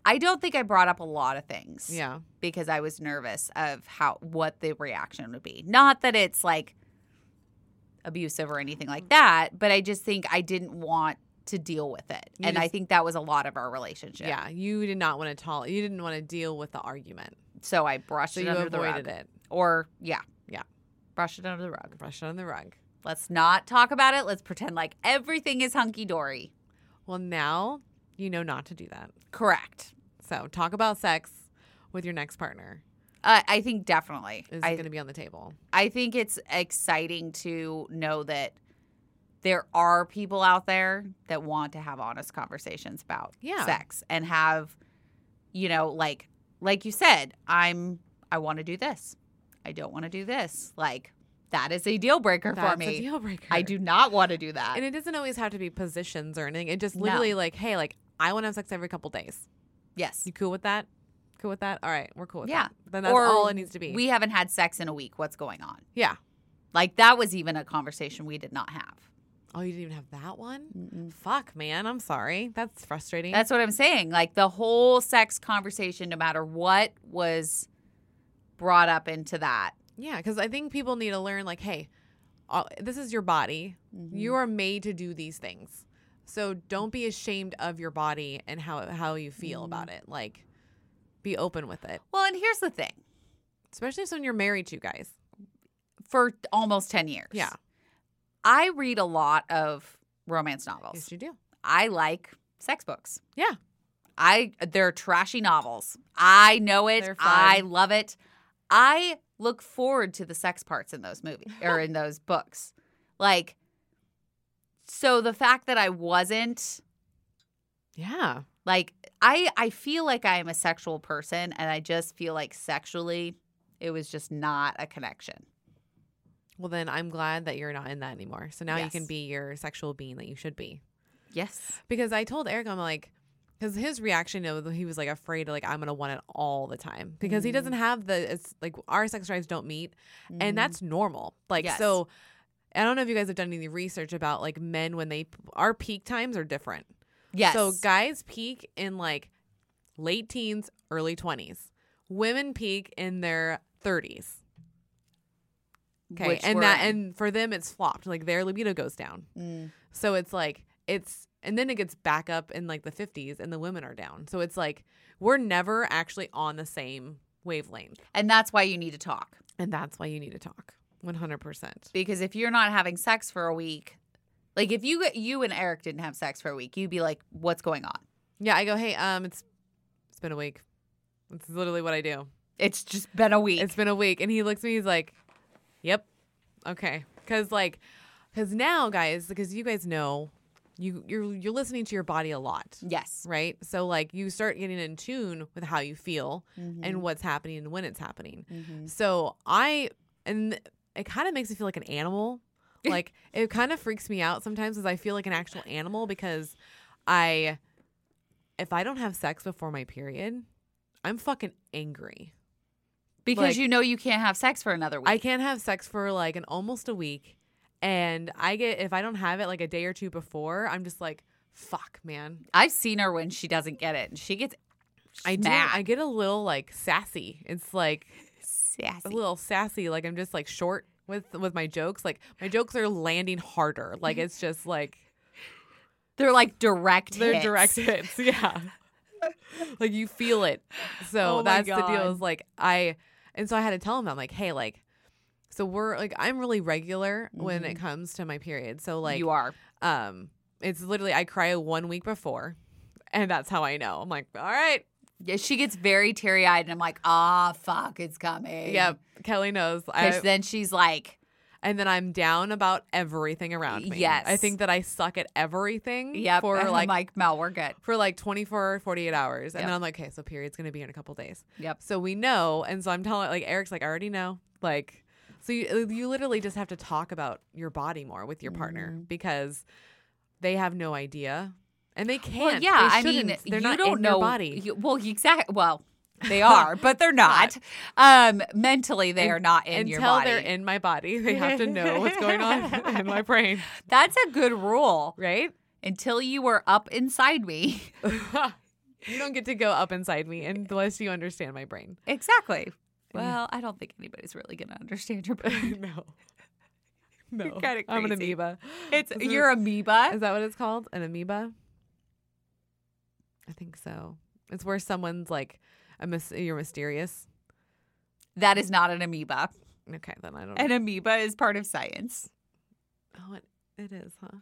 I don't think I brought up a lot of things Yeah. because I was nervous of how what the reaction would be. Not that it's like abusive or anything like that, but I just think I didn't want to deal with it. You and I just- think that was a lot of our relationship. Yeah, you did not want to tol- you didn't want to deal with the argument, So I brushed so it you under the avoided rug. it. Or yeah. Yeah. Brush it under the rug. Brush it on the rug. Let's not talk about it. Let's pretend like everything is hunky dory. Well, now you know not to do that. Correct. So talk about sex with your next partner. Uh, I think definitely. Is I, going to be on the table. I think it's exciting to know that there are people out there that want to have honest conversations about Yeah. sex and have, you know, like like you said, I'm I want to do this. I don't want to do this. Like that is a deal breaker That's for me. a deal breaker. I do not want to do that. and it doesn't always have to be positions or anything. It just No. literally like, hey, like I want to have sex every couple days. yes. You cool with that? Cool with that? All right, we're cool with Yeah. that. Then that's Or all it needs to be. We haven't had sex in a week. What's going on? yeah. Like that was even a conversation we did not have. Oh, you didn't even have that one? Fuck, man. I'm sorry. That's frustrating. That's what I'm saying. Like the whole sex conversation, no matter what was brought up into that. yeah, because I think people need to learn like, hey, all, this is your body. You are made to do these things. So don't be ashamed of your body and how how you feel about it. Like, be open with it, Well, and here's the thing especially if someone you're married to, guys. for almost 10 years. Yeah, I read a lot of romance novels. yes, you do. I like sex books. Yeah, I they're trashy novels. I know it. They're fun. I love it. I look forward to the sex parts in those movies or in those books. Like so the fact that I wasn't yeah. like I I feel like I am a sexual person and I just feel like sexually it was just not a connection. Well, then I'm glad that you're not in that anymore. So now you can Yes. be your sexual being that you should be. Yes. Because I told Eric, I'm like, because his reaction, you know, he was like afraid, like I'm gonna want it all the time because he doesn't have the. It's like our sex drives don't meet, Mm-hmm. and that's normal. Like Yes. so, I don't know if you guys have done any research about like men when they our peak times are different. Yes. So guys peak in like late teens, early twenties. Women peak in their thirties. Okay, Which and we're that in. and for them it's flopped. Like their libido goes down. Mm. So it's like it's and then it gets back up in like the 50s and the women are down. So it's like we're never actually on the same wavelength. and that's why you need to talk. And that's why you need to talk. 100%. because if you're not having sex for a week like if you you and eric didn't have sex for a week you'd be like what's going on Yeah, I go, "Hey, um it's it's been a week." It's literally what I do. it's just been a week It's been a week and he looks at me he's like, "Yep. Okay." Cuz like cuz now guys, because you guys know you you're you're listening to your body a lot. yes right? So like you start getting in tune with how you feel and what's happening and when it's happening. So I and it kind of makes me feel like an animal. Like it kind of freaks me out sometimes as I feel like an actual animal because I if I don't have sex before my period, I'm fucking angry. because like- you know you can't have sex for another week I can't have sex for like an almost a week and I get if I don't have it like a day or two before, I'm just like fuck, man. i've seen her when she doesn't get it and she gets I do. mad. I get a little like sassy. It's like a sassy little sassy. Like I'm just like short with with my jokes. Like my jokes are landing harder. Like it's just like they're like direct they're hits. direct hits. Yeah. like you feel it. So Oh my that's the deal. God. Is like I and so I had to tell him I'm like, hey, like, so we're like I'm really regular when it comes to my period. So like Mm-hmm. you are um, it's literally I cry one week before, and that's how I know. I'm like, all right. yeah, she gets very teary-eyed and i'm like ah fuck it's coming Yep, Kelly knows. because I, then she's like and then I'm down about everything around me. Yes. I think that I suck at everything yep for and I'm like, like mel we're good for like 24 48 hours. And Yep. then I'm like, okay, so period's going to be in a couple days. yep So we know, and so I'm telling like Eric's like I already know. Like so you uh, you literally just have to talk about your body more with your partner Mm-hmm. because they have no idea. And they Well, can't. yeah, They I mean, shouldn't. they're you not don't in know your body. you- well, exactly. Well, they are, but they're not. Um, mentally, they are not in Until your body. they're in my body, they have to know what's going on in my brain, That's a good rule. right? Until you were up inside me, you don't get to go up inside me unless you understand my brain. exactly. Well, I don't think anybody's really going to understand your brain. no. No, kinda I'm an crazy. amoeba. It's Is it- your amoeba. Is that what it's called? An amoeba? I think so. It's where someone's like a mys- you're mysterious. That is not an amoeba. Okay, then I don't. An amoeba is part of science. oh, it, it is, huh?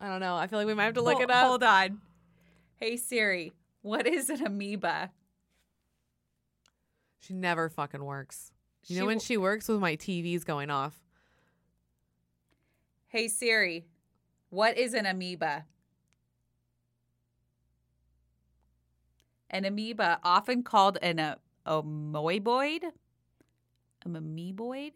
I don't know. I feel like we might have to look Hol- it up. Hold on. Hey Siri, what is an amoeba? She never fucking works. You She know when w- she works with my TV's going off. Hey Siri, what is an amoeba? An amoeba, often called an a- amoeboid, an amoeboid,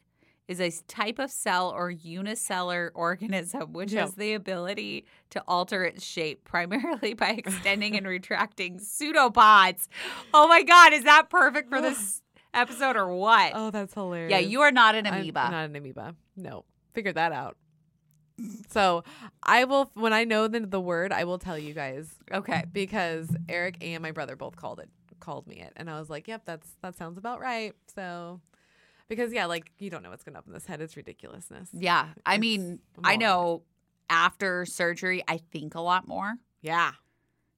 is a s- type of cell or unicellular organism which Yeah. has the ability to alter its shape primarily by extending and retracting pseudopods. Oh my God, is that perfect for this episode or what? Oh, that's hilarious. yeah, you are not an I'm amoeba. not an amoeba. No, figure that out. So I will when I know the the word, I will tell you guys. okay. because Eric and my brother both called it called me it and I was like, "Yep, that's that sounds about right." So because yeah, like you don't know what's going up in this head. It's ridiculousness. Yeah. I It's mean, I more. know after surgery, I think a lot more. Yeah.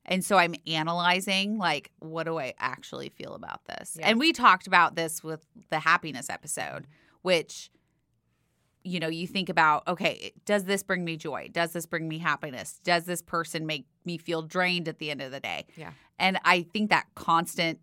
And so I'm analyzing, like, what do I actually feel about this? Yeah. And we talked about this with the happiness episode, which, you know, you think about, okay, does this bring me joy? Does this bring me happiness? Does this person make me feel drained at the end of the day? Yeah. And I think that constant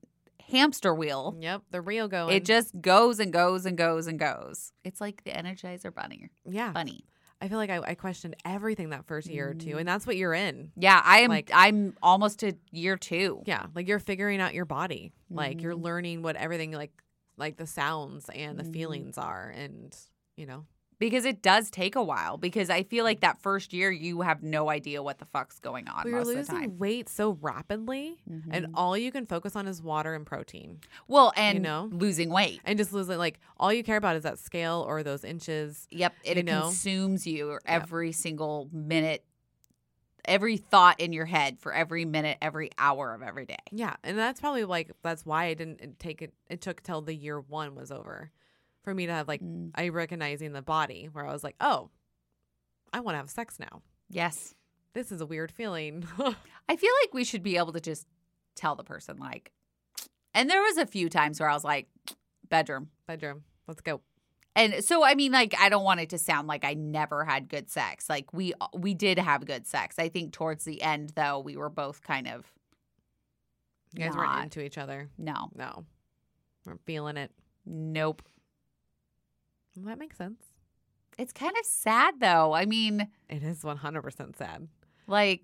hamster wheel, Yep, the real going. it just goes and goes and goes and goes. It's like the Energizer Bunny. yeah. Bunny. I feel like I, I questioned everything that first year or two, and that's what you're in. Yeah, I am. Like- I'm almost to year two. Yeah, like you're figuring out your body. Like you're Mhm. learning what everything like like the sounds and the Mhm. feelings are and you know. because it does take a while. Because I feel like that first year you have no idea what the fuck's going on we were most of the time. losing Mm-hmm. weight so rapidly and Mhm. all you can focus on is water and protein. well, and know? losing weight. and just losing like all you care about is that scale or those inches. Yep, it you know? consumes you Yep. every single minute, every thought in your head for every minute, every hour of every day. Yeah, and that's probably like that's why I didn't take it. It took till the year one was over for me to have like Mm. I recognizing the body where I was like, oh, I want to have sex now. Yes, This is a weird feeling. I feel like we should be able to just tell the person like. And there was a few times where I was like, bedroom. Bedroom, let's go. And so I mean like I don't want it to sound like I never had good sex. Like we uh, we did have good sex. I think towards the end though we were both kind of You guys Not. weren't into each other. no. No, we're feeling it. Nope. Well, that makes sense. It's kind of sad though. I mean It is one hundred percent sad. like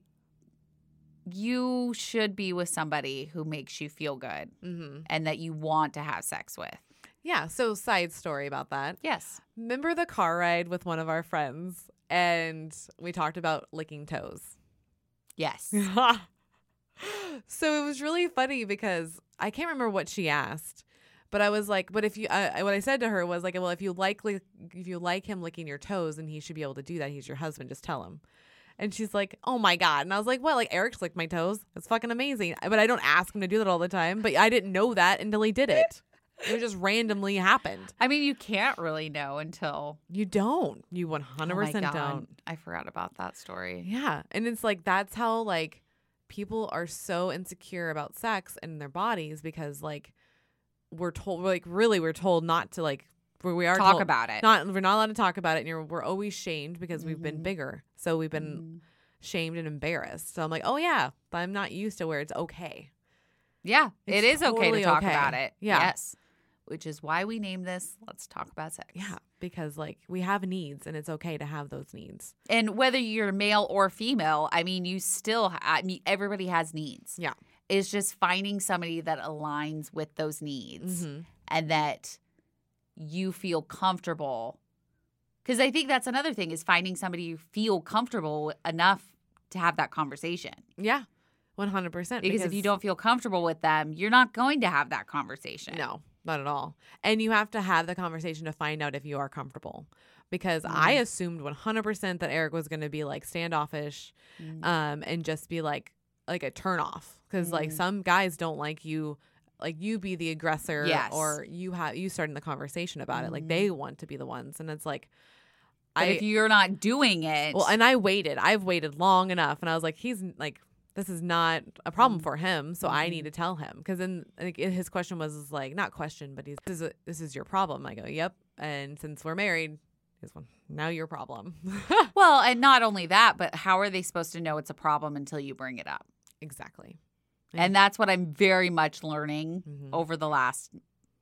you should be with somebody who makes you feel good Mm-hmm. and that you want to have sex with. Yeah. So side story about that. Yes. Remember the car ride with one of our friends, and we talked about licking toes. Yes. so it was really funny because I can't remember what she asked, but I was like, "But if you," uh, what I said to her was like, "Well, if you like, li- if you like him licking your toes, and he should be able to do that. He's your husband. Just tell him." And she's like, "Oh my god!" And I was like, "What? Like Eric's licked my toes? That's fucking amazing." But I don't ask him to do that all the time. But I didn't know that until he did it. It just randomly happened. I mean you can't really know until You don't. You Oh my 100% God, don't. I forgot about that story. Yeah. And it's like that's how like people are so insecure about sex and their bodies because like we're told like really we're told not to like we- we are Talk told- about it. not we're not allowed to talk about it and you're, we're always shamed because we've been Mhm. bigger so we've been Mhm. shamed and embarrassed so i'm like oh yeah i'm not used to where it's okay Yeah, it It's is okay to totally talk okay. about it. Yeah. Yes. Which is why we named this Let's Talk About Sex. yeah because like we have needs and it's okay to have those needs And whether you're male or female, I mean, you still, ha- I mean, everybody has needs. Yeah. It's just finding somebody that aligns with those needs Mhm. and that you feel comfortable. Because I think that's another thing is finding somebody you feel comfortable enough to have that conversation. yeah 100% because, Because, if you don't feel comfortable with them, you're not going to have that conversation. No, not at all. And you have to have the conversation to find out if you are comfortable. Because I Mm-hmm. assumed 100% that Eric was going to be like standoffish Mhm. um, and just be like, like a turnoff. Because like Mm-hmm. some guys don't like you, like you be the aggressor Yes. Mm-hmm. or you have, you starting the conversation about it. Like they want to be the ones. And it's like, But if you're not doing it, Well, and I waited. I've waited long enough, and I was like, he's like, this is not a problem for him, so I need to tell him. Because then like, i- his question was is like, not question, but he's this is this is your problem. I go, yep. And since we're married, he's well, now your problem. well, and not only that, but how are they supposed to know it's a problem until you bring it up? exactly. And that's what I'm very much learning Mhm. over the last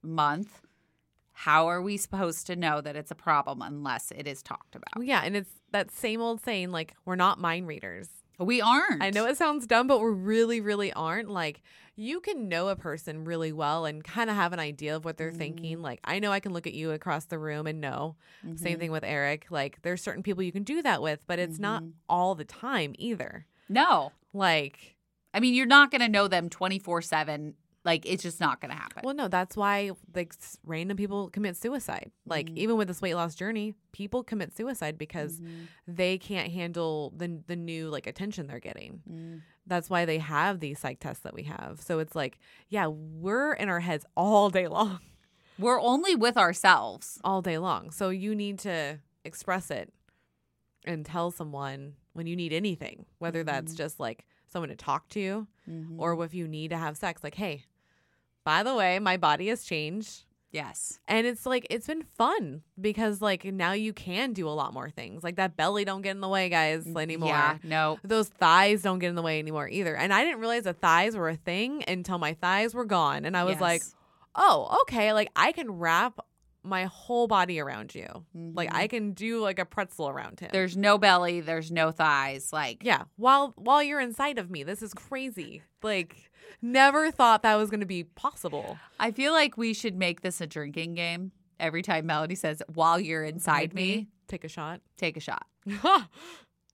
month. How are we supposed to know that it's a problem unless it is talked about? Well, oh, yeah, and it's that same old saying like, we're not mind readers. We aren't. I know it sounds dumb, but we really, really aren't. Like, you can know a person really well and kind of have an idea of what they're thinking. Like, I know I can look at you across the room and know. Same thing with Eric. Like, there's certain people you can do that with, but it's not all the time either. Mm-hmm. No. Like, I mean, you're not going to know them 24 7. Like, it's just not going to happen. well, no, that's why like s- random people commit suicide. Like, even with this weight loss journey, people commit suicide because Mm-hmm. they can't handle the the new like attention they're getting. Mm-hmm. That's why they have these psych tests that we have. So it's like, yeah, we're in our heads all day long, We're only with ourselves. all day long. So you need to express it and tell someone when you need anything, whether that's just like someone to talk to or if you need to have sex, like, hey, by the way, my body has changed. Yes. And it's like it's been fun because like now you can do a lot more things. Like that belly don't get in the way, guys, anymore. Mm-hmm. Mm, Yeah. No. Those thighs don't get in the way anymore either. And I didn't realize the thighs were a thing until my thighs were gone. And I was like, Yes. oh, okay. Like I can wrap my whole body around you. Like I can do like a pretzel around him. Mm-hmm. there's no belly, there's no thighs. Like, yeah. While while you're inside of me. This is crazy. like never thought that was gonna be possible. I feel like we should make this a drinking game. Every time Melody says, while you're inside me, Take a shot. take a shot.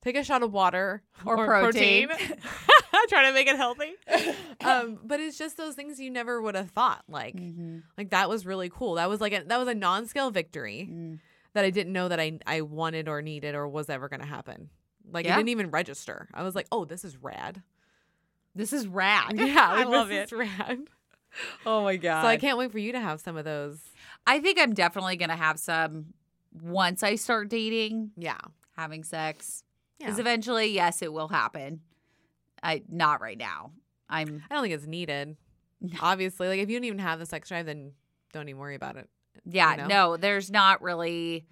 Take a shot of water Or protein. Trying to make it healthy. um, but it's just those things you never would have thought. Like, Mm. Mm-hmm, like that was really cool. That was like a, that was a non-scale victory mm. that I didn't know that I I wanted or needed or was ever going to happen. Like Yeah. it didn't even register. I was like, oh, this is rad. This is rad. like, this is rad. Oh my god. So I can't wait for you to have some of those. I think I'm definitely gonna have some once I start dating, Yeah. having sex. Yeah. Because eventually, yes, it will happen. I not right now. I'm I don't think it's needed. Obviously, like if you don't even have the sex drive, then don't even worry about it. yeah, You know? no, there's not really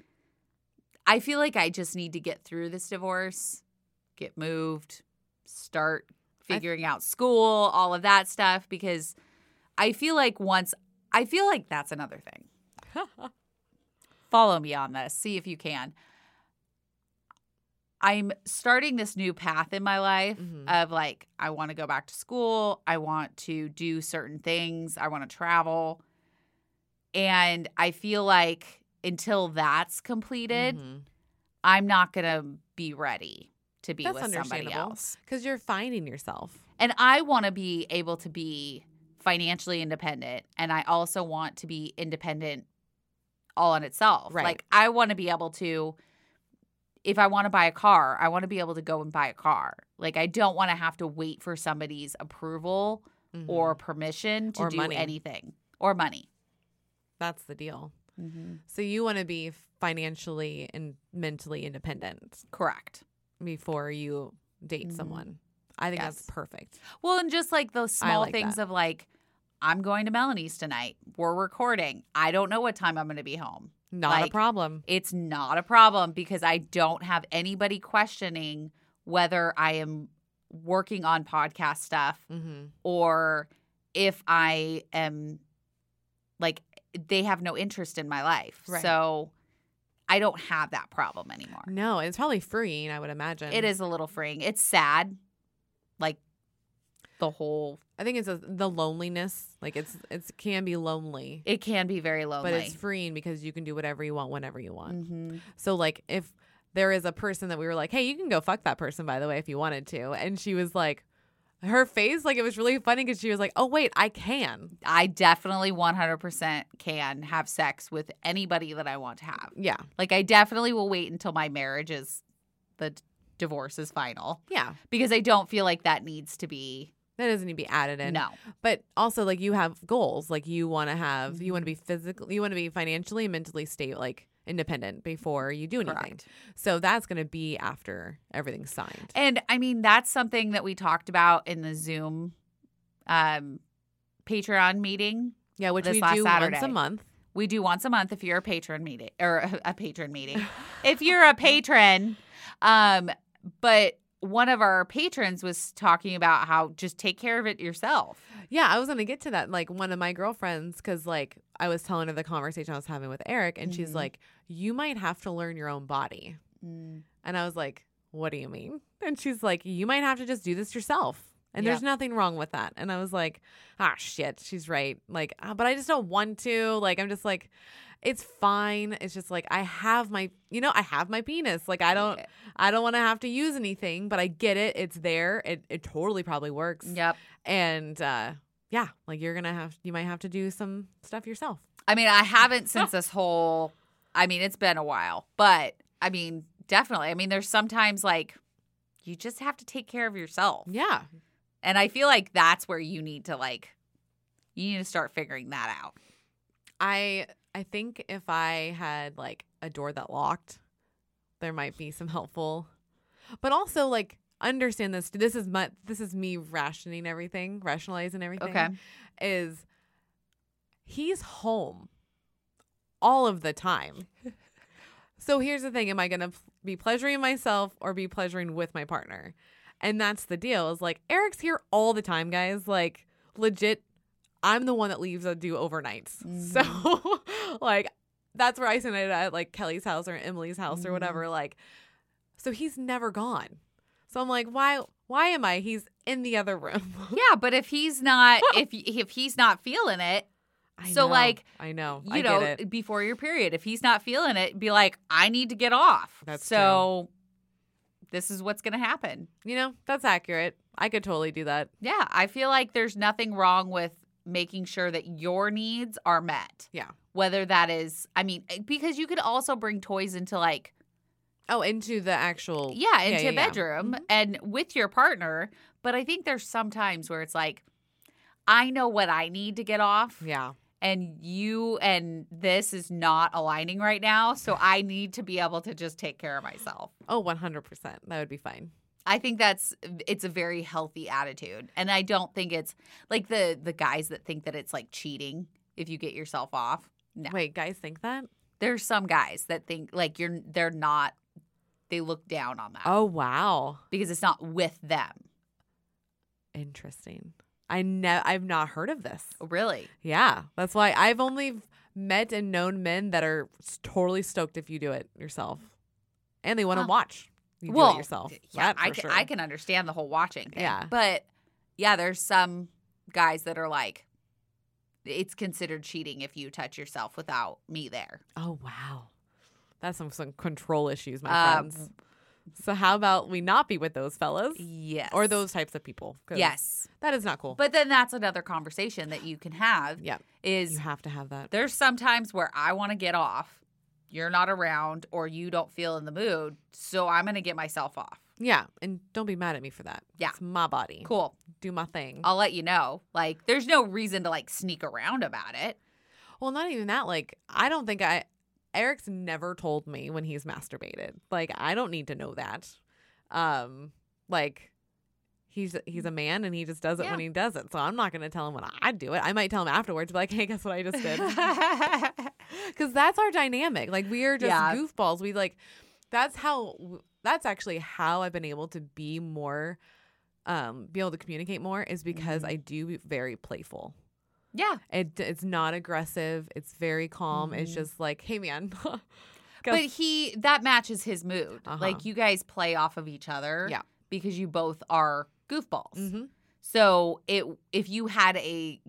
I feel like I just need to get through this divorce, get moved, start I- figuring out school, all of that stuff, because I feel like once I feel like that's another thing. Follow me on this, see if you can. I'm starting this new path in my life Mhm. of like, I want to go back to school. I want to do certain things. I want to travel. And I feel like until that's completed, Mhm. I'm not going to be ready to be That's with somebody understandable. else. Because you're finding yourself. And I want to be able to be financially independent. And I also want to be independent all on itself. Right. Like, I want to be able to, if I want to buy a car, I want to be able to go and buy a car. Like, I don't want to have to wait for somebody's approval or permission to Mm-hmm. Or do money. anything or money. that's the deal. So you want to be financially and mentally independent Correct. before you date someone. I think Mm-hmm. Yes. that's perfect. Well, and just like those small like things that. of like, I'm going to Melanie's tonight. We're recording. I don't know what time I'm going to be home. Not Like, a problem. It's not a problem because I don't have anybody questioning whether I am working on podcast stuff Mm-hmm. or if I am like they have no interest in my life. Right. So I don't have that problem anymore. No, it's probably freeing. I would imagine It is a little freeing. It's sad. Like the whole I think it's a, the loneliness. Like it's it's can be lonely, it can be very lonely. but it's freeing because you can do whatever you want whenever you want. hmm So like if there is a person that we were like, hey, you can go fuck that person by the way if you wanted to, and she was like, her face like it was really funny because she was like, oh wait, I can. I definitely 100% can have sex with anybody that I want to have. Yeah, Like I definitely will wait until my marriage is the d- divorce is final yeah. because I don't feel like that needs to be That doesn't need to be added in. no. But also Mm-hmm. like you have goals. Like you wanna have you wanna be physical you wanna be financially and mentally stable like independent before you do anything. Correct. So that's going to be after everything's signed. And I mean, that's something that we talked about in the Zoom um, Patreon meeting. Yeah, which This we last do once Saturday. a month. We do once a month if you're a patron meeting or a, a patron meeting. if you're a patron, um, but one of our patrons was talking about how just take care of it yourself. Yeah, I was gonna get to that. Like one of my girlfriends, because like I was telling her the conversation I was having with Eric, and she's Mhm. like, "You might have to learn your own body." And I was like, "What do you mean?" And she's like, "You might have to just do this yourself." And Yeah. there's nothing wrong with that. And I was like, "Ah, shit, she's right." Like, ah, but I just don't want to. Like, I'm just like, it's fine. It's just like I have my, you know, I have my penis. Like, I don't, I don't want to have to use anything. But I get it. It's there. It it totally probably works Yep. and uh yeah like you're gonna have you might have to do some stuff yourself I mean, I haven't since this whole. I mean, it's been a while, but I mean, definitely. I mean, there's sometimes like you just have to take care of yourself. yeah And I feel like that's where you need to like you need to start figuring that out. i i think if i had like a door that locked there might be some helpful but also like understand this this is my this is me rationing everything rationalizing everything Okay. is he's home all of the time so here's the thing am i going to be pleasuring myself or be pleasuring with my partner and that's the deal is like eric's here all the time guys like legit i'm the one that leaves to do overnights so like that's where i spend it at like kelly's house or emily's house or whatever like so he's never gone so i'm like why why am i he's in the other room Yeah, but if he's not if if he's not feeling it, I So, know. like, I know you I know, get it. before your period, if he's not feeling it, be like, I need to get off. That's so this is what's gonna happen. You know that's accurate. I could totally do that. Yeah, I feel like there's nothing wrong with making sure that your needs are met. Yeah. Whether that is, I mean, eh, because you could also bring toys into like, Oh, into the actual yeah, into Oh, yeah, a yeah. Mm-hmm. bedroom and with your partner. But I think there's some times where it's like, I know what I need to get off, yeah. and you and this is not aligning right now. So I need to be able to just take care of myself. Oh, one hundred percent. That would be fine. I think that's it's a very healthy attitude, and I don't think it's like the the guys that think that it's like cheating if you get yourself off. No, Wait, guys, think that? there's some guys that think like you're they're not they look down on that Oh wow, because it's not with them. interesting. I ne- I've not heard of this. Oh. Really, Yeah, that's why I've only met and known men that are s- totally stoked if you do it yourself, and they want to Huh. watch you well do it yourself. Yeah, That I for can, sure. I can understand the whole watching thing. Yeah. but yeah, there's some guys that are like it's considered cheating if you touch yourself without me there. Oh wow, that's some some control issues, my Um, friends. So how about we not be with those fellas Yes, or those types of people? 'Cause yes. that is not cool. But then that's another conversation that you can have yeah, you is have to have that. there's sometimes where I want to get off, you're not around or you don't feel in the mood, so I'm going to get myself off. Yeah, and don't be mad at me for that. Yeah. it's my body. Cool. do my thing. I'll let you know. Like there's no reason to like sneak around about it. well, not even that. Like I don't think I. Eric's never told me when he's masturbated. Like I don't need to know that. Um, like he's he's a man and he just does it when Yeah. he does it. So I'm not gonna tell him when I do it. I might tell him afterwards, but like, hey, guess what I just did. because that's our dynamic. Like we are just Yeah. goofballs. We like that's how that's actually how I've been able to be more, um, be able to communicate more is because Mm-hmm. I do be very playful. yeah. It it's not aggressive. It's very calm. It's Mhm. just like, hey man, Go. But he that matches his mood. Uh-huh. Like you guys play off of each other Yeah. because you both are goofballs. hmm So it if you had a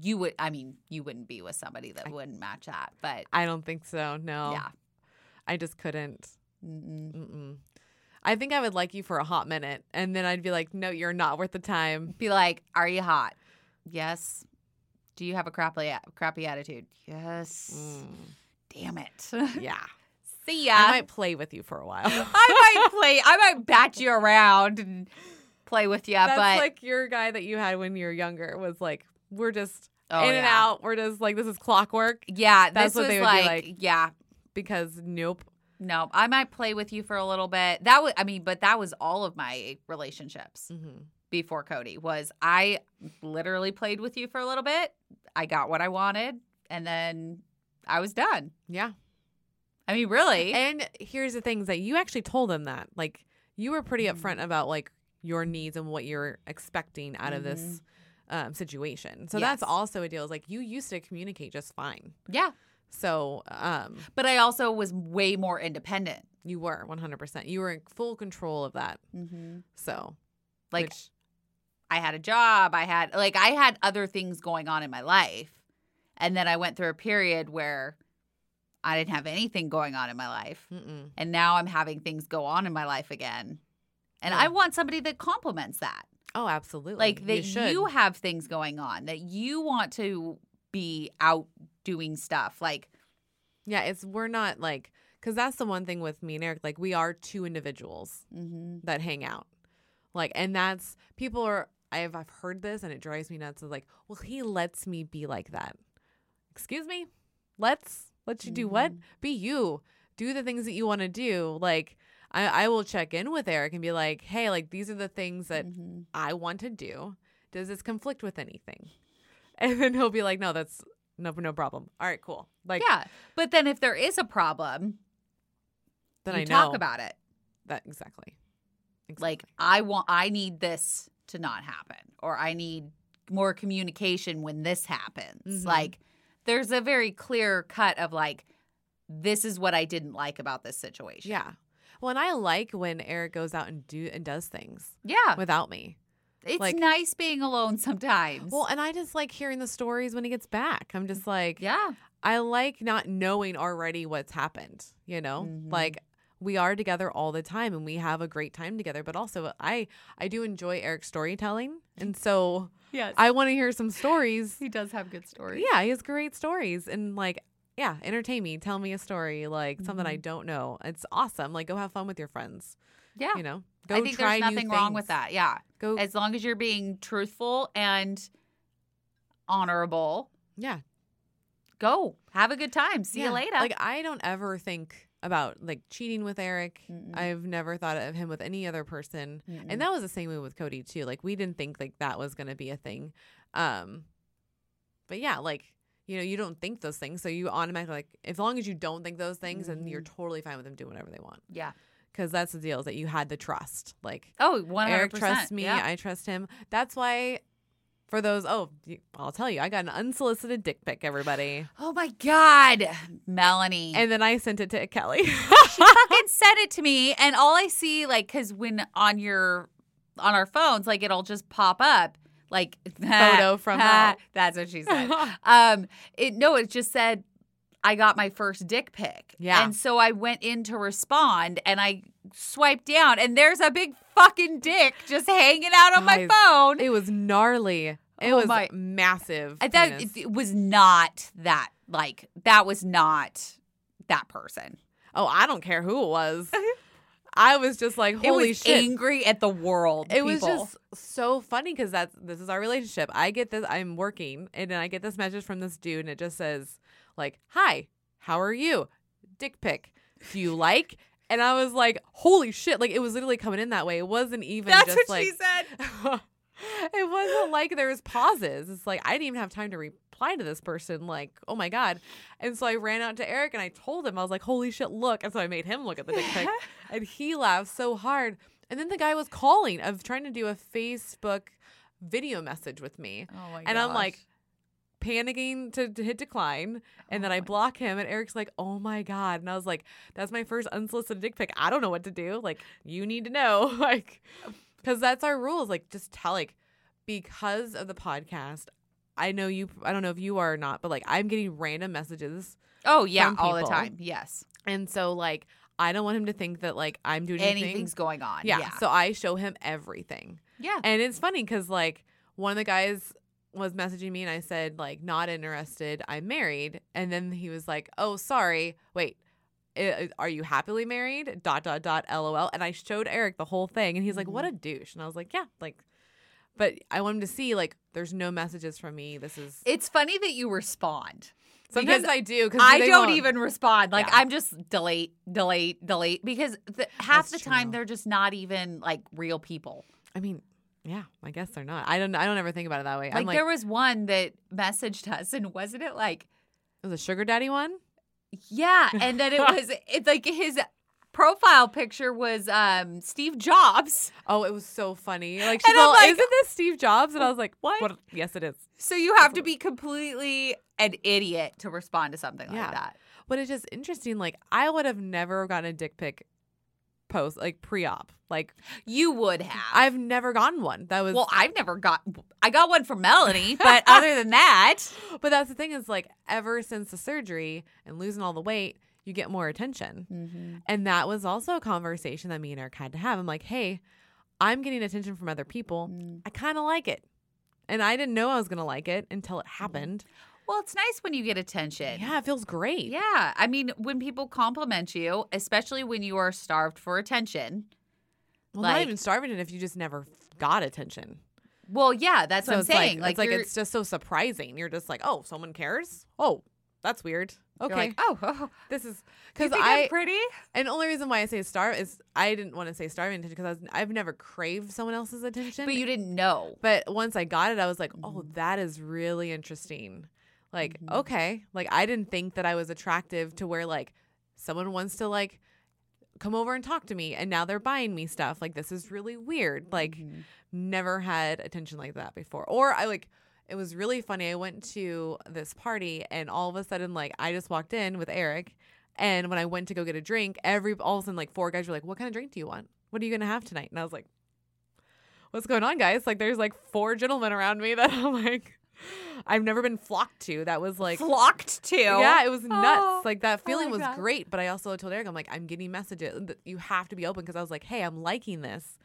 you would I mean you wouldn't be with somebody that I- wouldn't match that, but I don't think so. No, yeah. Mm-hmm. I just couldn't. Mm-mm. Mm-mm. I think I would like you for a hot minute, and then I'd be like, no, you're not worth the time. Be like, are you hot? Yes. Do you have a crappy crappy attitude? Yes. Mm, Damn it. Yeah, See ya. I might play with you for a while. I might play. I might bat you around and play with you, That's Uh, but like your guy that you had when you were younger was like, we're just Oh, in yeah. and out. We're just like, this is clockwork. Yeah, this That's what was they would be like, like. Yeah, because nope. No, I might play with you for a little bit. That was, I mean, but that was all of my relationships Mm. before Cody. Was I literally played with you for a little bit? I got what I wanted, and then I was done. Yeah. I mean, really, And here's the things that you actually told them that like you were pretty Mm-hmm. upfront about like your needs and what you're expecting out of this um, situation. So that's Mm-hmm. Yes. also a deal. Is like you used to communicate just fine. yeah. So um, But I also was way more independent. you were 100%. You were in full control of that. Mm-hmm. So Like which- I had a job. I had like I had other things going on in my life. And then I went through a period where I didn't have anything going on in my life. mm-mm. And now I'm having things go on in my life again. And I Yeah. want somebody that compliments that. oh, absolutely. Like that you, should. have things going on, that you want to be out doing stuff. Like Yeah, it's we're not like because that's the one thing with me and Eric. Like we are two individuals mhm. that hang out, like, and that's people are. I've I've heard this and it drives me nuts. Is like, well, he lets me be like that. Excuse me, let's let you Mm-hmm. do what? Be you. Do the things that you want to do. Like I I will check in with Eric and be like, hey, like these are the things that Mhm. I want to do. Does this conflict with anything? And then he'll be like, no, that's no no problem. All right, cool. Like Yeah. But then if there is a problem, then you I know talk about it. That exactly. like Exactly. i want i need this to not happen or i need more communication when this happens Mhm. like there's a very clear cut of like this is what i didn't like about this situation yeah. Well, and I like when Eric goes out and do and does things yeah without me. it's like- nice being alone sometimes Well, and I just like hearing the stories when he gets back. I'm just like, yeah I like not knowing already what's happened, you know? Mhm. Like we are together all the time and we have a great time together, but also I I do enjoy Eric's storytelling. And so yes I want to hear some stories. he does have good stories Yeah, he has great stories and like yeah, entertain me, tell me a story, like something Mm-hmm. I don't know. It's awesome. Like go have fun with your friends, yeah you know. Go i think try there's new nothing wrong with things. that yeah Go as long as you're being truthful and honorable yeah. go have a good time see yeah. you later Like I don't ever think about like cheating with Eric. Mm-mm. Mm. I've never thought of him with any other person. Mm-mm. And that was the same way with Cody too. Like we didn't think like that was going to be a thing. Um but yeah, like you know, you don't think those things, so you automatically like as long as you don't think those things then you're Mm-hmm. totally fine with them doing whatever they want. yeah Cuz that's the deal is that you had the trust. Like oh 100% Eric trusts me, yeah. I trust him. That's why for those oh, you- I'll tell you, I got an unsolicited dick pic everybody. Oh my God, Melanie. And then I sent it to Kelly. fucking sent it to me. And all I see, like, because when on your, on our phones, like, it'll just pop up, like, Photo from her. That's what she said. um, it, no, it just said, I got my first dick pic. Yeah. And so I went in to respond and I swiped down and there's a big fucking dick just hanging out on my Guys, phone. It was gnarly. It Oh was my- massive. I thought penis. it, it was not that, like, that was not that person. oh, I don't care who it was. I was just like, holy it was shit. angry at the world. it was people. just so funny because that's this is our relationship. I get this. I'm working, and then I get this message from this dude, and it just says like, "Hi, how are you? Dick pic. Do you like?" And I was like, "Holy shit!" Like it was literally coming in that way. It wasn't even. that's just what like, she said. it wasn't like there was pauses. It's like I didn't even have time to reply to this person. Like, oh my god! And so I ran out to Eric and I told him I was like, "Holy shit, look!" And so I made him look at the dick pic, and he laughed so hard. And then the guy was calling of trying to do a Facebook video message with me, Oh my and I'm like panicking to, to hit decline and then I block him and Eric's like oh my god and I was like that's my first unsolicited dick pic I don't know what to do like you need to know like because that's our rules like just tell like because of the podcast I know you I don't know if you are or not but like I'm getting random messages oh yeah, from all the people. time. Yes, and so like I don't want him to think that like I'm doing anything anything's going on. yeah, Yeah, yeah. so I show him everything and it's funny because like one of the guys was messaging me and I said like not interested. I'm married, and then he was like, "Oh, sorry. Wait, i- are you happily married?" Mm-hmm. Dot dot dot. LOL. And I showed Eric the whole thing, and he's like, "What a douche." And I was like, "Yeah, like." But I want them to see like there's no messages from me. This is It's funny that you respond. sometimes because I do because I don't even respond. Like Yeah. I'm just delete, delete, delete because the, half That's the time true. they're just not even like real people. I mean, yeah, I guess they're not. I don't. I don't ever think about it that way. Like, I'm like, there was one that messaged us and wasn't it like it was a sugar daddy one. yeah, and then it was it's like his profile picture was um Steve Jobs. Oh, it was so funny. Like And she's I'm all, like, isn't this Steve Jobs? And I was like, what? Yes, it is. So you have to be completely an idiot to respond to something Yeah. like that. But it's just interesting. Like I would have never gotten a dick pic post like pre-op. Like You would have. I've never gotten one. That was well, I've never got. I got one from Melanie, but other than that, But that's the thing is like ever since the surgery and losing all the weight, you get more attention. Mm-hmm. And that was also a conversation that me and Eric had to have. I'm like, hey, I'm getting attention from other people. Mm. I kind of like it. And I didn't know I was going to like it until Mm. it happened. well, it's nice when you get attention. Yeah, it feels great. Yeah. I mean, when people compliment you, especially when you are starved for attention. Well, not Like- even starving it if you just never got attention. Well, yeah, that's what I'm it's saying. Like, Like, it's like you're, it's just so surprising. You're just like, oh, someone cares. Oh, that's weird. you're like, Okay, oh, oh, this is you because think I I'm pretty? And the only reason why I say starve is I didn't want to say starving attention because I've never craved someone else's attention. But you Mm-hmm. didn't know. But once I got it, I was like, oh, that is really interesting. Like, Mm-hmm. okay, like I didn't think that I was attractive to where like someone wants to like come over and talk to me, and now they're buying me stuff. Like this is really weird. Like Mm-hmm. never had attention like that before. Or I like it was really funny. I went to this party and all of a sudden like I just walked in with Eric and when I went to go get a drink, every all of a sudden like four guys were like, "What kind of drink do you want? What are you going to have tonight?" And I was like, "What's going on, guys? Like there's like four gentlemen around me that I'm like I've never been flocked to. That was like Flocked to. yeah, it was nuts. Oh, like that feeling my was God. great, but I also told Eric, I'm like, I'm getting messages. that You have to be open because I was like, hey, I'm liking this.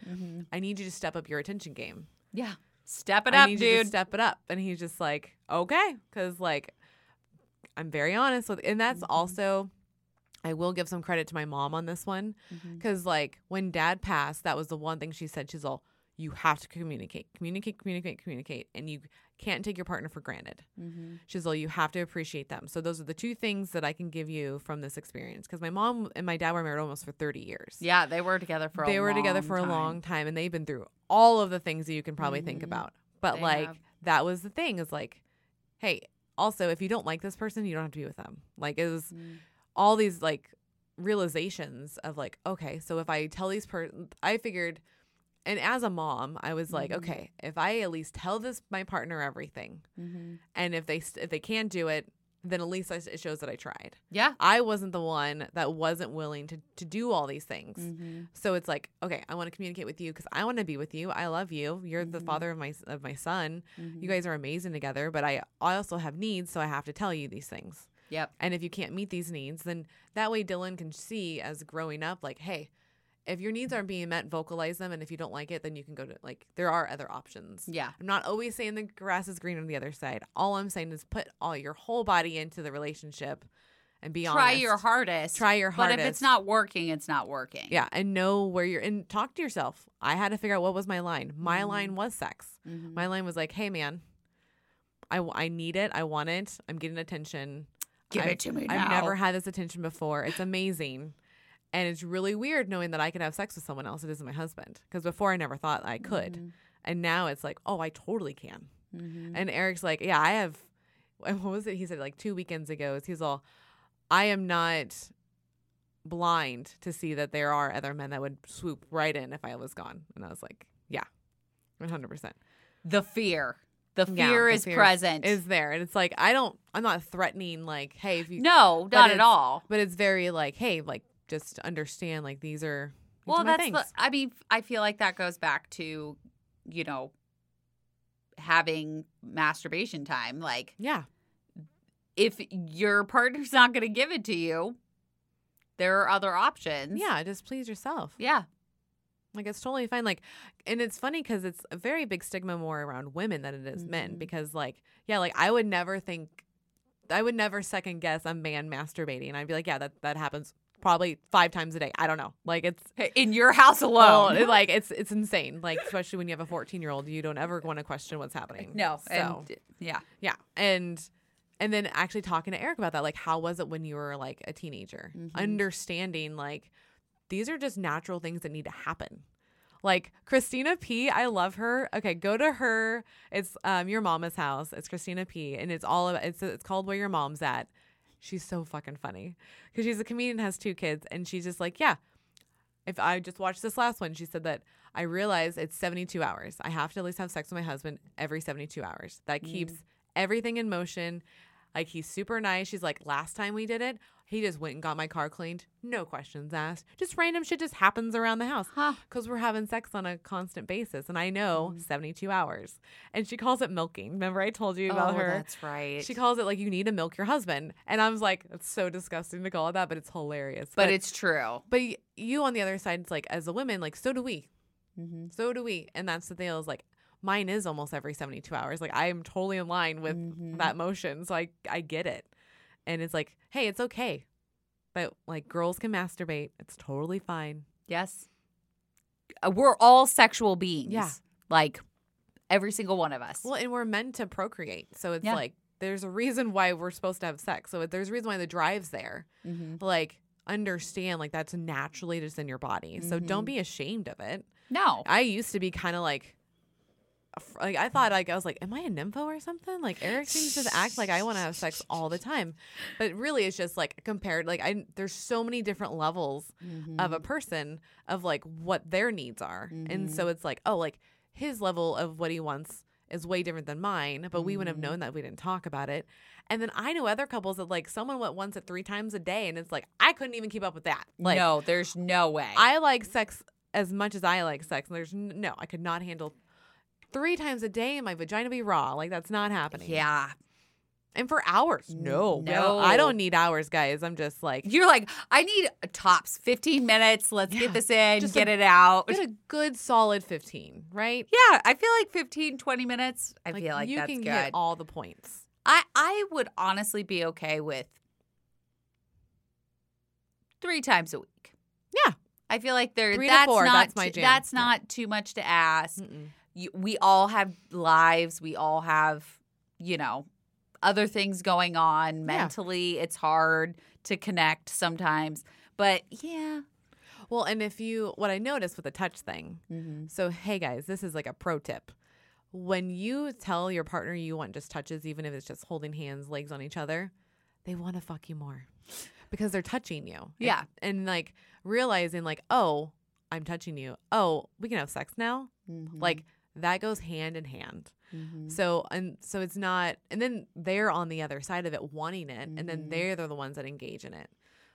I need you to step up your attention game. Yeah. Step it I up, need you to dude. step it up. And he's just like, okay, because like I'm very honest with, and that's Mm-hmm. also. I will give some credit to my mom on this one Mm-hmm. because, like, when dad passed, that was the one thing she said. She's all, you have to communicate, communicate, communicate, communicate. And you can't take your partner for granted. Mm-hmm. She's all, you have to appreciate them. So, those are the two things that I can give you from this experience because my mom and my dad were married almost for 30 years yeah, they were together for a they were together long for time. Mm-hmm. a long time and they've been through all of the things that you can probably think about but They like have. that was the thing is like hey also if you don't like this person you don't have to be with them like it was all these like realizations of like okay so if i tell these per i figured and as a mom i was Mm-hmm. like okay if i at least tell this my partner everything and if they st- if they can do it then at least I, it shows that i tried Yeah. I wasn't the one that wasn't willing to, to do all these things. Mm. So it's like, okay, I want to communicate with you because I want to be with you. I love you. You're the father of my of my son. You Mm. guys are amazing together. But I, I also have needs, so I have to tell you these things. Yep. And if you can't meet these needs, then that way Dylan can see as growing up, like, hey, if your needs aren't being met, vocalize them. And if you don't like it, then you can go to like there are other options. Yeah. I'm not always saying the grass is green on the other side. All I'm saying is put all your whole body into the relationship and be Try honest. your hardest. Try your But if it's hardest. not working, it's not working. Yeah, and know where you're and talk to yourself. I had to figure out what was my line. My Mm-hmm. line was sex. My line was like, "Hey man, I, w- I need it. I want it. I'm getting attention. Give I've- it to me I've now." never had this attention before. It's amazing." And it's really weird knowing that I can have sex with someone else. It isn't my husband. Because before I never thought I could. Mm-hmm. And now it's like, oh, I totally can. And Eric's like, yeah, I have, what was it? He said like two weekends ago, is he's all, I am not blind to see that there are other men that would swoop right in if I was gone. And I was like, yeah, 100%. The fear. The Yeah, fear the is present. Is there. And it's like, I don't, I'm not threatening, like, hey, if you, no, but not at it's- all. But it's very like, hey, like, just understand, like, these are, these Well, are my that's things. the, I mean, I feel like that goes back to, you know, having masturbation time. Like yeah. if your partner's not going to give it to you, there are other options. Yeah. Just please yourself. Yeah. Like it's totally fine. Like, and it's funny because it's a very big stigma more around women than it is men. Mm-hmm. Because like, yeah, like I would never think, I would never second guess a man masturbating. I'd be like, yeah, that that happens probably five times a day. I don't know. Like it's in your house well, alone. it- like it's it's insane. Like especially when you have a 14 year old, you don't ever want to question what's happening. no, So and yeah, yeah, and and then actually talking to Eric about that, like how was it when you were like a teenager? Understanding like these are just natural things that need to happen. Like Christina P, I love her. Okay, go to her. It's um your mama's house. It's Christina P, and it's all about, it's it's called Where Your Mom's At. She's so fucking funny because she's a comedian, has two kids, and she's just like, yeah, if I just watched this last one, she said that I realize it's 72 hours. I have to at least have sex with my husband every 72 hours. That keeps everything in motion. Like he's super nice. She's like, last time we did it, he just went and got my car cleaned. No questions asked. Just random shit just happens around the house Huh. because we're having sex on a constant basis. And I know 72 hours. And she calls it milking. Remember, I told you about Oh, her. That's right. She calls it like, you need to milk your husband. And I was like, it's so disgusting to call it that, but it's hilarious. but it's true. But y- you on the other side, it's like as a woman, like so do we, Mm-hmm. so do we, and that's the thing. Is like mine is almost every seventy two hours. Like I am totally in line with Mm-hmm. Mm. that motion, so I I get it, and it's like hey, it's okay, but like girls can masturbate, it's totally fine. Yes, Uh, we're all sexual beings. Yeah. like every single one of us. Well, and we're meant to procreate, so it's Yeah. like there's a reason why we're supposed to have sex. So there's a reason why the drive's there. Mhm. But, like understand like that's naturally just in your body. So don't be ashamed of it. No, I used to be kind of like, af- like I thought like I was like, am I a nympho or something? Like Eric seems to act like I want to have sex all the time, but really it's just like compared like I there's so many different levels of a person of like what their needs are, and so it's like oh like his level of what he wants is way different than mine, but we wouldn't have known that if we didn't talk about it. And then I know other couples that like someone went once at three times a day, and it's like I couldn't even keep up with that. Like no, there's no way. I like sex as much as I like sex. And there's n- no, I could not handle three times a day and my vagina be raw. Like that's not happening. yeah, And for hours. No. I don't- No. I don't need hours, guys. I'm just like, you're like I need tops 15 minutes. Let's Yeah. get this in, Just get a- it out. get a good solid 15, right? Yeah, I feel like 15, 20 minutes. I feel like you that's can good. get all the points. I I would honestly be okay with three times a week. Yeah. I feel like there Three to that's four, not that's my t- jam. that's Yeah. not too much to ask. Mm-mm. You, we all have lives. We all have you know other things going on mentally. It's hard to connect sometimes, but yeah. Well, and if you, what I noticed with the touch thing, so hey guys, this is like a pro tip. When you tell your partner you want just touches, even if it's just holding hands, legs on each other, they want to fuck you more because they're touching you. And- Yeah. And, like realizing, like, oh, I'm touching you. Oh, we can have sex now. Mm-hmm. Like that goes hand in hand. So and so it's not and then they're on the other side of it wanting it and then they're the ones that engage in it.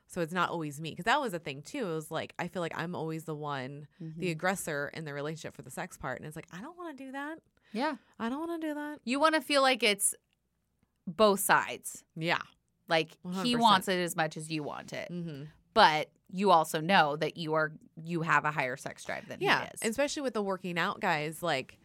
So it's not always me because that was a thing too. It was like I feel like I'm always the one, the aggressor in the relationship for the sex part, and it's like I don't want to do that. Yeah. I don't want to do that. You want to feel like it's both sides. Yeah. Like he 100%. wants it as much as you want it. Mm-hmm. but you also know that you are you have a higher sex drive than Yeah. he is. Especially with the working out guys, like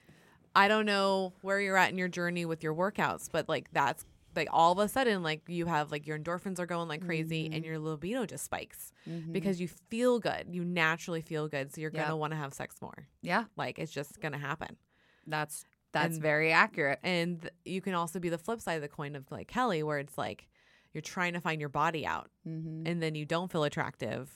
I don't know where you're at in your journey with your workouts, but like that's like all of a sudden like you have like your endorphins are going like crazy and your libido just spikes Mm-hmm. because you feel good. You naturally feel good, so you're Yep. going to want to have sex more. yeah, Like it's just going to happen. that's that's And- very accurate. And th- you can also be the flip side of the coin of like Kelly where it's like you're trying to find your body out Mm. and then you don't feel attractive.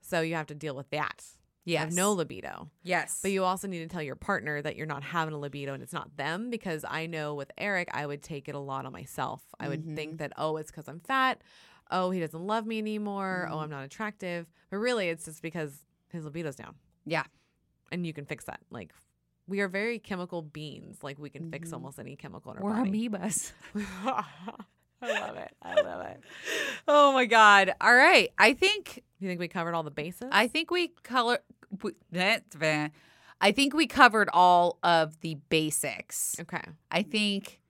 So you have to deal with that. You Yes. have Mm-hmm. no libido. Yes. But you also need to tell your partner that you're not having a libido and it's not them because I know with Eric, I would take it a lot on myself. I would Mm-hmm. think that, oh, it's because I'm fat. Oh, he doesn't love me anymore. Oh, Mm-hmm. I'm not attractive. But really, it's just because his libido's down yeah. and you can fix that. Like, we are very chemical beings. Like, we can fix almost any chemical in our Mm-hmm. We're body. amoebas. I love it. I love it. Oh my god. All right. I think You think we covered all the bases? I think we color we- that's fine. I think we covered all of the basics. okay. I think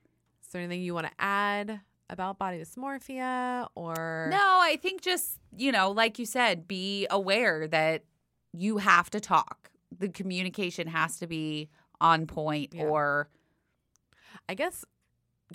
Is there anything you want to add about body dysmorphia or? No, I think just, you know, like you said, be aware that you have to talk. The communication has to be on point Yeah. or I guess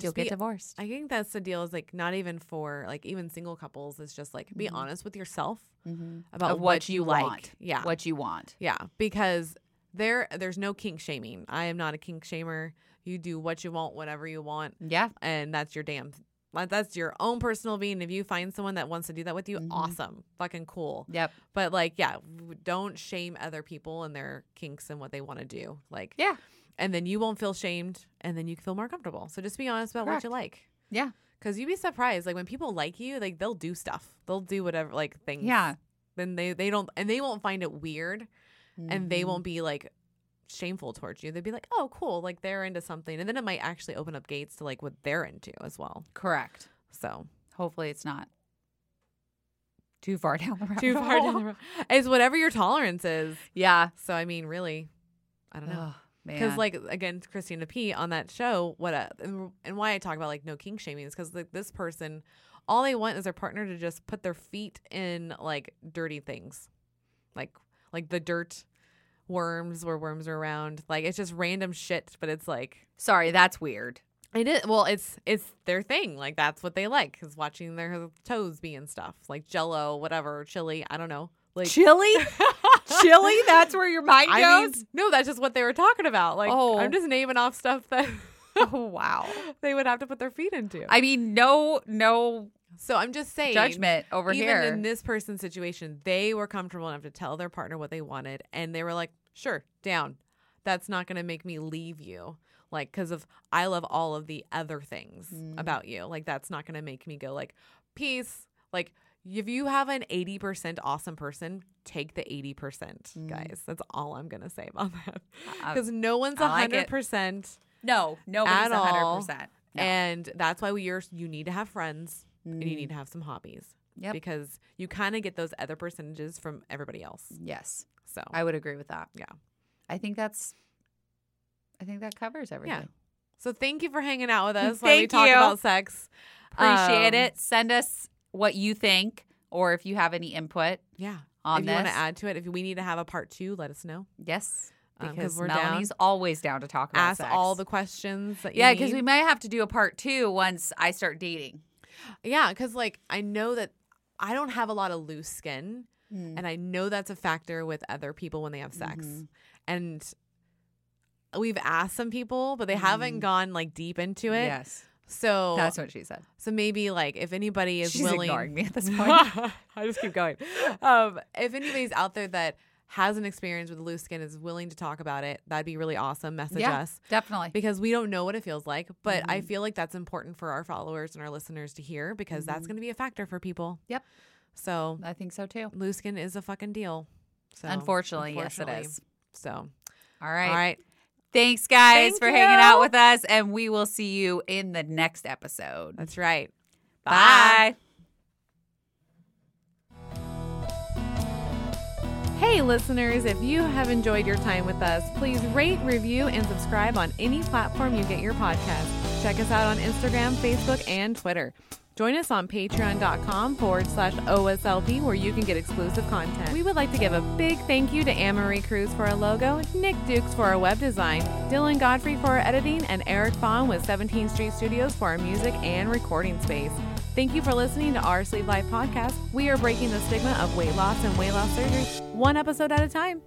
You'll be- get divorced. I think that's the deal is like not even for like even single couples. It's just like be honest with yourself about Mm-hmm. Of what you like. want. Yeah. What you want. yeah. Because there there's no kink shaming. I am not a kink shamer. You do what you want, whatever you want, Yeah. and that's your damn like, that's your own personal being. If you find someone that wants to do that with you, Mm-hmm. awesome. Fucking cool. Yep. But like, yeah, w- don't shame other people and their kinks and what they want to do. Like Yeah. and then you won't feel shamed and then you feel more comfortable. So just be honest about what you Correct. like. Yeah. Cause you'd be surprised, like when people like you, like they'll do stuff, they'll do whatever, like things. Yeah. Then they they don't, and they won't find it weird, Mm-hmm. and they won't be like shameful towards you. They'd be like, oh, cool, like they're into something, and then it might actually open up gates to like what they're into as well. Correct. So Hopefully it's not too far down the road. too far down the road is whatever your tolerance is. Yeah. So I mean, really, I don't know. Oh, man. Because like again, Christina P on that show, what a, and, and why I talk about like no king shaming is because like this person, all they want is their partner to just put their feet in like dirty things, like like the dirt, worms where worms are around. Like it's just random shit, but it's like sorry, that's weird. it is well, it's it's their thing. Like that's what they like is watching their toes being stuff like Jello, whatever, chili. I don't know. Like Chili? Chili? That's where your mind goes? I mean, no, that's just what they were talking about. Like Oh. I'm just naming off stuff that. oh, wow. they would have to put their feet into. I mean, no, no so I'm just saying judgment over even here. in this person's situation, they were comfortable enough to tell their partner what they wanted, and they were like, "Sure, down. That's not going to make me leave you." Like, because of I love all of the other things about you. Like, that's not going to make me go like, "Peace." Like, if you have an eighty percent awesome person, take the eighty percent, guys. That's all I'm going to say about that. I- Because no one's I like hundred it. percent no, nobody's at all. 100%. No. Mm, and that's why we are you need to have friends and you need to have some hobbies Mm-hmm. Yep. because you kind of get those other percentages from everybody else yes, so I would agree with that. Yeah. I think that's, I think that covers everything. so thank you for hanging out with us while we Thank talk you. about sex Appreciate Um, it. Send us what you think or if you have any input yeah on if this. you want to add to it if we need to have a part two let us know yes. Um, 'cause Because we're down. Melanie's always down to talk about ask sex. all the questions that you Yeah, because we need. might have to do a part two once I start dating. yeah because like i know that i don't have a lot of loose skin Hmm. Mm. and i know that's a factor with other people when they have sex Mm-hmm. and we've asked some people but they haven't gone like deep into it Yes. So Mm-hmm. That's what she said. so maybe like if anybody is She's willing, ignoring me at this point. I just keep going. Um, if anybody's out there that has an experience with loose skin is willing to talk about it, that'd be really awesome. Message yeah, Mm-hmm. us definitely. because we don't know what it feels like, but I feel like that's important for our followers and our listeners to hear because that's going to be a factor for people. Mm-hmm. Yep. So I think so too. loose skin is a fucking deal. So Unfortunately, yes, it unfortunately. is. So All right. all right. Thanks, guys, Thank for hanging out you. with us, and we will see you in the next episode. That's right. Bye. Hey, listeners, if you have enjoyed your time with us, please rate, review, and subscribe on any platform you get your podcast. Check us out on Instagram, Facebook, and Twitter. Join us on patreon.com forward slash OSLP where you can get exclusive content. We would like to give a big thank you to Anne Marie Cruz for our logo, Nick Dukes for our web design, Dylan Godfrey for our editing, and Eric Fawn with 17th Street Studios for our music and recording space. Thank you for listening to our Sleep Life podcast. We are breaking the stigma of weight loss and weight loss surgery one episode at a time.